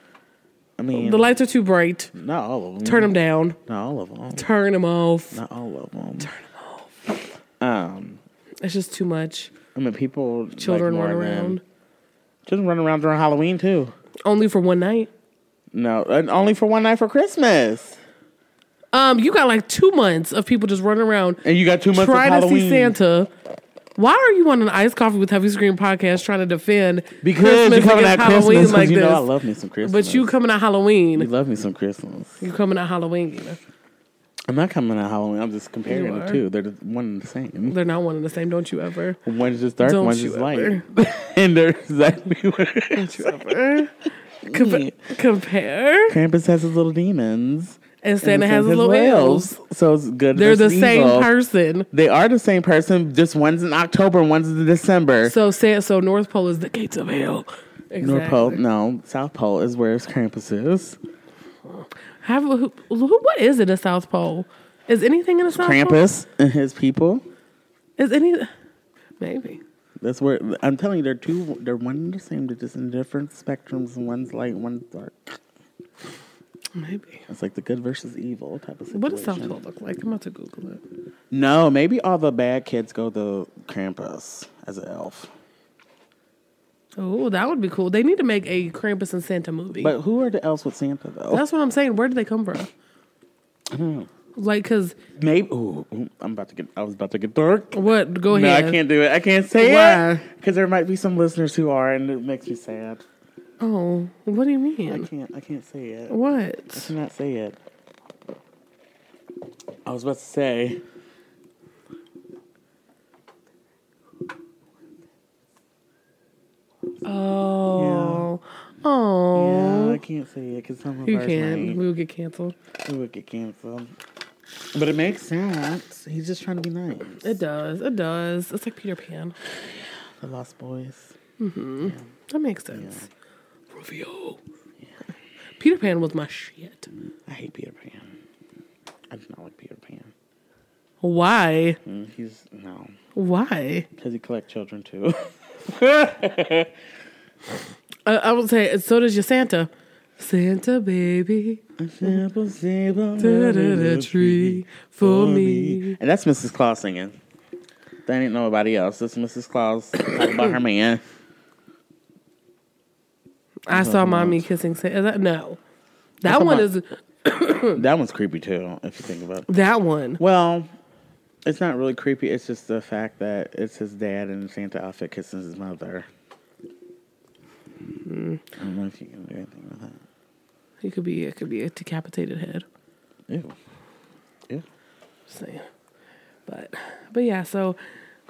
Speaker 2: I mean,
Speaker 1: The lights are too bright.
Speaker 2: Not all of them.
Speaker 1: Turn them down.
Speaker 2: Not all of them.
Speaker 1: Turn them off.
Speaker 2: Mm-hmm. Not all of them. Turn them off. Um,
Speaker 1: It's just too much.
Speaker 2: I mean, people.
Speaker 1: Children
Speaker 2: like
Speaker 1: run
Speaker 2: more than-
Speaker 1: around
Speaker 2: Children run around during Halloween too.
Speaker 1: only for one night.
Speaker 2: No, and only for one night for Christmas.
Speaker 1: Um, you got like two months of people just running around
Speaker 2: And you got two months
Speaker 1: trying
Speaker 2: of
Speaker 1: to
Speaker 2: Halloween.
Speaker 1: see Santa. Why are you on an iced coffee with Heavy Screen podcast trying to defend
Speaker 2: Because you're coming at Christmas. 'cause you know I love me some Christmas.
Speaker 1: But you coming at
Speaker 2: You
Speaker 1: Halloween.
Speaker 2: love me some Christmas.
Speaker 1: You coming at Halloween. you know.
Speaker 2: I'm not coming at Halloween. I'm just comparing
Speaker 1: You
Speaker 2: the
Speaker 1: are.
Speaker 2: two. They're the- one and the same.
Speaker 1: They're not one and the same. Don't you ever?
Speaker 2: One's just dark,
Speaker 1: Don't
Speaker 2: one's
Speaker 1: you
Speaker 2: just light.
Speaker 1: ever. (laughs)
Speaker 2: and they're exactly (laughs) what.
Speaker 1: Don't you ever? (laughs) Compa- compare.
Speaker 2: Krampus has his little demons.
Speaker 1: And Santa has his
Speaker 2: his
Speaker 1: little elves.
Speaker 2: So it's good.
Speaker 1: They're the
Speaker 2: versus
Speaker 1: same
Speaker 2: evil.
Speaker 1: person.
Speaker 2: They are the same person. Just one's in October and one's in December.
Speaker 1: So Sa- so North Pole is the gates of hell. Exactly.
Speaker 2: North Pole, no. South Pole is where Krampus is.
Speaker 1: Have who, who, what is it? A South Pole? Is anything in the South Pole?
Speaker 2: Krampus and his people.
Speaker 1: Is any maybe?
Speaker 2: That's where I'm telling you. They're two. They're one and the same. They're just in different spectrums. One's light, one's dark.
Speaker 1: Maybe.
Speaker 2: It's like the good versus evil type of situation.
Speaker 1: What does South Pole look like? I'm about to Google it.
Speaker 2: No, maybe all the bad kids go to Krampus as an elf.
Speaker 1: Oh, that would be cool. They need to make a Krampus and Santa movie.
Speaker 2: But who are the elves with Santa though?
Speaker 1: That's what I'm saying. Where do they come from? Like, cause
Speaker 2: maybe. Ooh, ooh, I'm about to get. I was about to get dark.
Speaker 1: what? Go
Speaker 2: No,
Speaker 1: ahead.
Speaker 2: I can't do it. I can't say
Speaker 1: Why?
Speaker 2: Because there might be some listeners who are, and it makes me sad.
Speaker 1: Oh, what do you mean?
Speaker 2: I can't. I can't say it.
Speaker 1: What?
Speaker 2: Do not say it. I was about to say.
Speaker 1: Oh,
Speaker 2: Yeah, I
Speaker 1: oh.
Speaker 2: can't say it because some of
Speaker 1: you
Speaker 2: ours
Speaker 1: can't.
Speaker 2: might.
Speaker 1: We'll get canceled.
Speaker 2: It would get canceled. But it makes sense. He's just trying to be nice.
Speaker 1: It does. It does. It's like Peter Pan.
Speaker 2: The Lost Boys.
Speaker 1: That makes sense. Rufio. Peter Pan was my shit.
Speaker 2: I hate Peter Pan. I do not like Peter Pan.
Speaker 1: Why?
Speaker 2: Mm, He's no,
Speaker 1: Why?
Speaker 2: because he collects children
Speaker 1: (laughs)
Speaker 2: too. (laughs)
Speaker 1: I, I would say so does your Santa. Santa baby,
Speaker 2: Simple, simple
Speaker 1: da da
Speaker 2: little
Speaker 1: da tree for me.
Speaker 2: me. And that's Mrs. Claus singing. That ain't nobody else. That's Mrs. Claus (coughs) talking about her man.
Speaker 1: I saw mommy kissing Santa. Is that, no, that one
Speaker 2: about-
Speaker 1: is
Speaker 2: That one's creepy too, if you think about it.
Speaker 1: that one.
Speaker 2: Well, it's not really creepy. It's just the fact that it's his dad in a Santa outfit kissing his mother. I don't know if you can do anything with that.
Speaker 1: It could be it could be a decapitated head.
Speaker 2: Ew. Ew.
Speaker 1: Just saying. But but yeah, so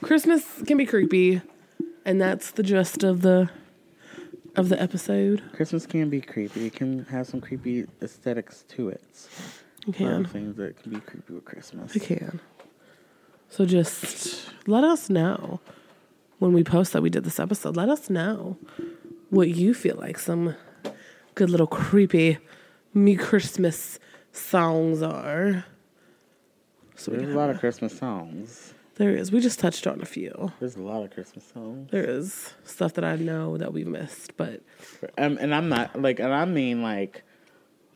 Speaker 1: Christmas can be creepy, and that's the gist of the of the episode.
Speaker 2: Christmas can be creepy. It can have some creepy aesthetics to it. A
Speaker 1: You
Speaker 2: lot
Speaker 1: can.
Speaker 2: of things that can be creepy with Christmas.
Speaker 1: We can. So just let us know when we post that we did this episode. Let us know what you feel like some good little creepy me Christmas songs are. So we
Speaker 2: There's a
Speaker 1: got-
Speaker 2: lot of Christmas songs.
Speaker 1: There is. We just touched on a few.
Speaker 2: There's a lot of Christmas songs.
Speaker 1: There is stuff that I know that we missed, but
Speaker 2: Um, and I'm not like, and I mean like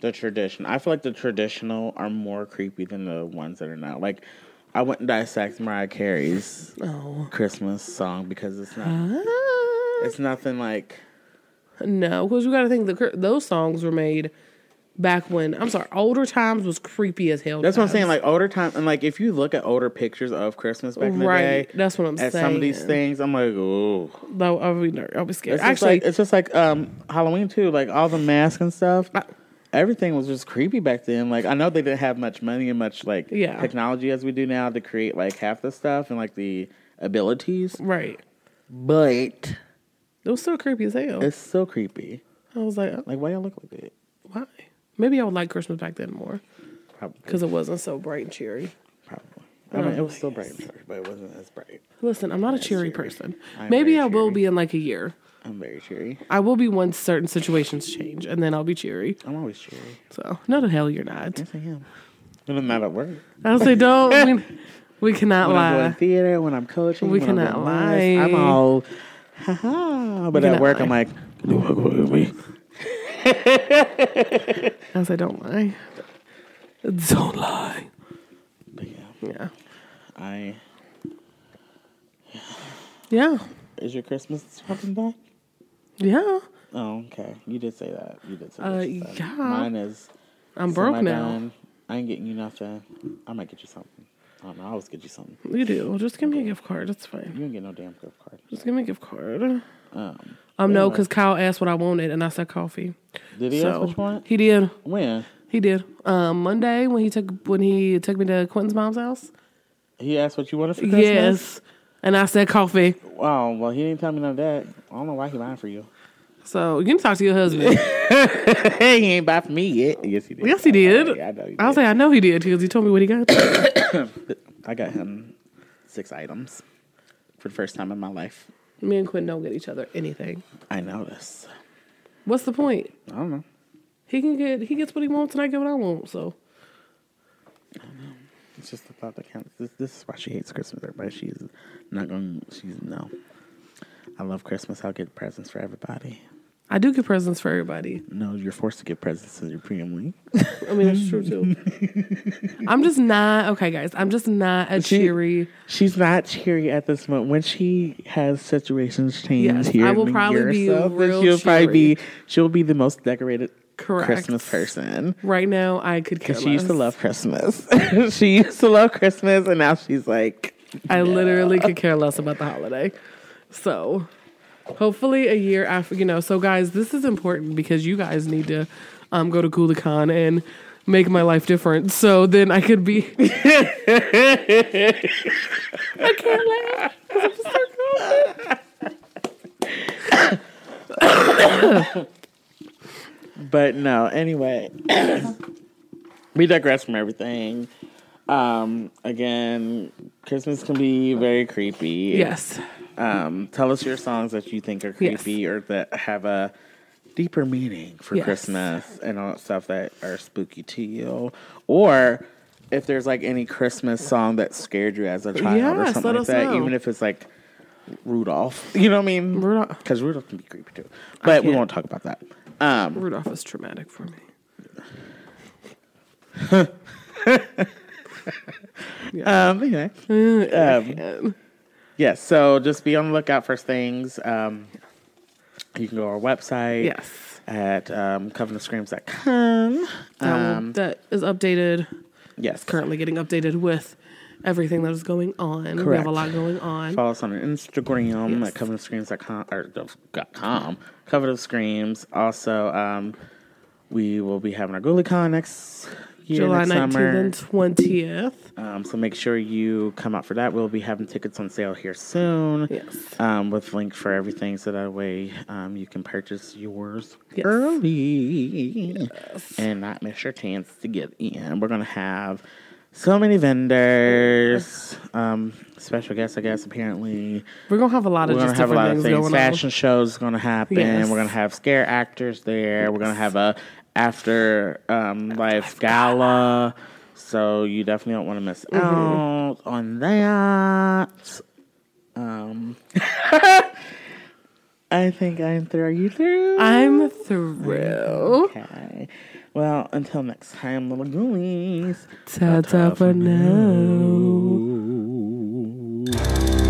Speaker 2: the tradition. I feel like the traditional are more creepy than the ones that are not. Like, I wouldn't dissect Mariah Carey's
Speaker 1: oh.
Speaker 2: Christmas song because it's not.
Speaker 1: Ah.
Speaker 2: It's nothing like.
Speaker 1: No, because you got to think the, cr- those songs were made back when I'm sorry, older times was creepy as hell.
Speaker 2: That's what I'm saying.
Speaker 1: times.
Speaker 2: Like older time, and like if you look at older pictures of Christmas back in the
Speaker 1: right.
Speaker 2: day,
Speaker 1: That's what I'm
Speaker 2: at
Speaker 1: saying.
Speaker 2: some of these things, I'm like, oh,
Speaker 1: Though I'll be ner- I'll be scared.
Speaker 2: it's
Speaker 1: Actually,
Speaker 2: just like, it's just like um, Halloween too. Like all the masks and stuff.
Speaker 1: I-
Speaker 2: Everything was just creepy back then. Like I know they didn't have much money and much like
Speaker 1: Yeah.
Speaker 2: technology as we do now to create like half the stuff and like the abilities,
Speaker 1: right.
Speaker 2: but
Speaker 1: It was still creepy as hell.
Speaker 2: it's still creepy.
Speaker 1: I was like,
Speaker 2: Like why y'all look like that?
Speaker 1: why? Maybe I would like Christmas back then more
Speaker 2: Probably,
Speaker 1: because it wasn't so bright and cheery.
Speaker 2: probably. I mean, it was still bright, but it wasn't as bright.
Speaker 1: Listen, I'm not a
Speaker 2: cheery.
Speaker 1: cheery person.
Speaker 2: I'm
Speaker 1: Maybe
Speaker 2: very
Speaker 1: I will
Speaker 2: cheery.
Speaker 1: be in like a year.
Speaker 2: I'm very cheery.
Speaker 1: I will be once certain situations change, and then I'll be cheery.
Speaker 2: I'm always cheery.
Speaker 1: So, no, the hell you're not.
Speaker 2: Yes, I am. When I'm not at work.
Speaker 1: I
Speaker 2: (laughs)
Speaker 1: say, don't. We, we cannot
Speaker 2: When I'm
Speaker 1: lie.
Speaker 2: doing theater, when I'm coaching,
Speaker 1: We
Speaker 2: when I'm
Speaker 1: cannot
Speaker 2: doing this, I'm
Speaker 1: lie.
Speaker 2: all, ha ha. But at
Speaker 1: cannot
Speaker 2: work,
Speaker 1: lie.
Speaker 2: I'm like, "Can you walk away with me?
Speaker 1: I say, don't lie. Don't lie.
Speaker 2: But yeah,
Speaker 1: Yeah.
Speaker 2: I.
Speaker 1: Yeah.
Speaker 2: Is your Christmas shopping back?
Speaker 1: Yeah.
Speaker 2: Oh, okay. You did say that. You did say
Speaker 1: Uh,
Speaker 2: that. she said.
Speaker 1: yeah.
Speaker 2: Mine is.
Speaker 1: I'm
Speaker 2: semi
Speaker 1: broke now.
Speaker 2: done. I ain't getting you nothing. I might get you something. I don't know. I always get you something.
Speaker 1: You do. Just give me a gift card. That's fine.
Speaker 2: You don't get no damn gift card.
Speaker 1: Just give me a gift card.
Speaker 2: Um,
Speaker 1: Um, no,
Speaker 2: Really?
Speaker 1: because Kyle asked what I wanted, and I said coffee.
Speaker 2: did he ask
Speaker 1: so
Speaker 2: what you want?
Speaker 1: he did.
Speaker 2: When?
Speaker 1: He did. Um, Monday when he took when he took me to Quentin's mom's house.
Speaker 2: He asked what you wanted for Christmas?
Speaker 1: Yes, and I said coffee.
Speaker 2: Wow. Well, he didn't tell me none of that. I don't know why he lying for you.
Speaker 1: So you can talk to
Speaker 2: (laughs)
Speaker 1: your husband.
Speaker 2: Hey, he ain't buy for me yet. Oh, Yes, he did. Oh,
Speaker 1: yes, he did.
Speaker 2: Yeah, I know he
Speaker 1: I'll
Speaker 2: did.
Speaker 1: say I know he did because he told me what he got. (coughs)
Speaker 2: (laughs) I got him six items for the first time in my life.
Speaker 1: me and Quentin don't get each other anything.
Speaker 2: I noticed.
Speaker 1: What's the point?
Speaker 2: I don't know.
Speaker 1: He can get he gets what he wants, and I get what I want. So
Speaker 2: It's just the thought that counts. This, this is why she hates Christmas. Everybody, she's not going. She's no. I love Christmas. I'll get presents for everybody.
Speaker 1: I do get presents for everybody.
Speaker 2: No, you're forced to get presents to your family.
Speaker 1: I mean, that's
Speaker 2: (laughs)
Speaker 1: true too. I'm just not okay, guys. I'm just not a
Speaker 2: She-
Speaker 1: cheery.
Speaker 2: She's not cheery at this moment. When she has situations change
Speaker 1: Yes,
Speaker 2: here,
Speaker 1: I
Speaker 2: in
Speaker 1: will
Speaker 2: a
Speaker 1: probably
Speaker 2: year or
Speaker 1: be
Speaker 2: so, then
Speaker 1: real
Speaker 2: She'll probably
Speaker 1: cheery.
Speaker 2: be. She'll be the most decorated
Speaker 1: Correct.
Speaker 2: Christmas person.
Speaker 1: Right now, I could care
Speaker 2: Because she used to
Speaker 1: less.
Speaker 2: love Christmas. (laughs) she used to love Christmas, and now she's like,
Speaker 1: I literally could care less about the holiday. So, hopefully, a year after, you know. So, guys, this is important because you guys need to um, go to Kulikan and make my life different. So then I could be.
Speaker 2: (laughs)
Speaker 1: I can't laugh. 'cause I'm so exhausted.
Speaker 2: but no, anyway. (clears throat) we digress from everything. Um, again, Christmas can be very creepy.
Speaker 1: Yes.
Speaker 2: Um, tell us your songs that you think are
Speaker 1: Yes.
Speaker 2: creepy or that have a deeper meaning for
Speaker 1: Yes.
Speaker 2: Christmas and all that stuff that are spooky to you. Or if there's like any Christmas song that scared you as a child or
Speaker 1: Yes,
Speaker 2: something
Speaker 1: let
Speaker 2: like
Speaker 1: us
Speaker 2: that,
Speaker 1: know.
Speaker 2: even if it's like Rudolph. You know what I mean?
Speaker 1: Rudolph-
Speaker 2: Because Rudolph can be creepy too. But we
Speaker 1: can't.
Speaker 2: won't talk about that. Um,
Speaker 1: Rudolph is traumatic for me.
Speaker 2: um, anyway.
Speaker 1: Uh,
Speaker 2: Um,
Speaker 1: And
Speaker 2: Yes. So just be on the lookout for things. Um, you can go to our website.
Speaker 1: Yes.
Speaker 2: At um, covenantscreams.com.
Speaker 1: that, will-
Speaker 2: Um,
Speaker 1: that is updated,
Speaker 2: yes.
Speaker 1: currently getting updated with everything that is going on. We have
Speaker 2: Correct.
Speaker 1: a lot going on.
Speaker 2: Follow us on Instagram
Speaker 1: Yes.
Speaker 2: at covenantscreams.com or dot com. Covenant of Screams. Also, um, we will be having our GhoulieCon next year,
Speaker 1: July
Speaker 2: next summer.
Speaker 1: 19th and 20th.
Speaker 2: Um, so make sure you come out for that. We'll be having tickets on sale here soon.
Speaker 1: Yes.
Speaker 2: Um, with link for everything, so that way um, you can purchase yours
Speaker 1: Yes.
Speaker 2: early and not miss your chance to get in. We're gonna have so many vendors, um, special guests, I guess. Apparently,
Speaker 1: We're going to have a lot of
Speaker 2: we're gonna
Speaker 1: just
Speaker 2: have a
Speaker 1: different
Speaker 2: lot of
Speaker 1: things,
Speaker 2: things.
Speaker 1: going
Speaker 2: Fashion shows is gonna happen.
Speaker 1: Yes.
Speaker 2: We're gonna have scare actors there. We're gonna have a after um, life gala. So you definitely don't want to miss
Speaker 1: Mm-hmm.
Speaker 2: out on that. Um, (laughs) I think I'm through. Are you through?
Speaker 1: I'm through.
Speaker 2: Okay. Well, until next time, little ghoulies.
Speaker 1: Ta ta for now.
Speaker 2: Ooh.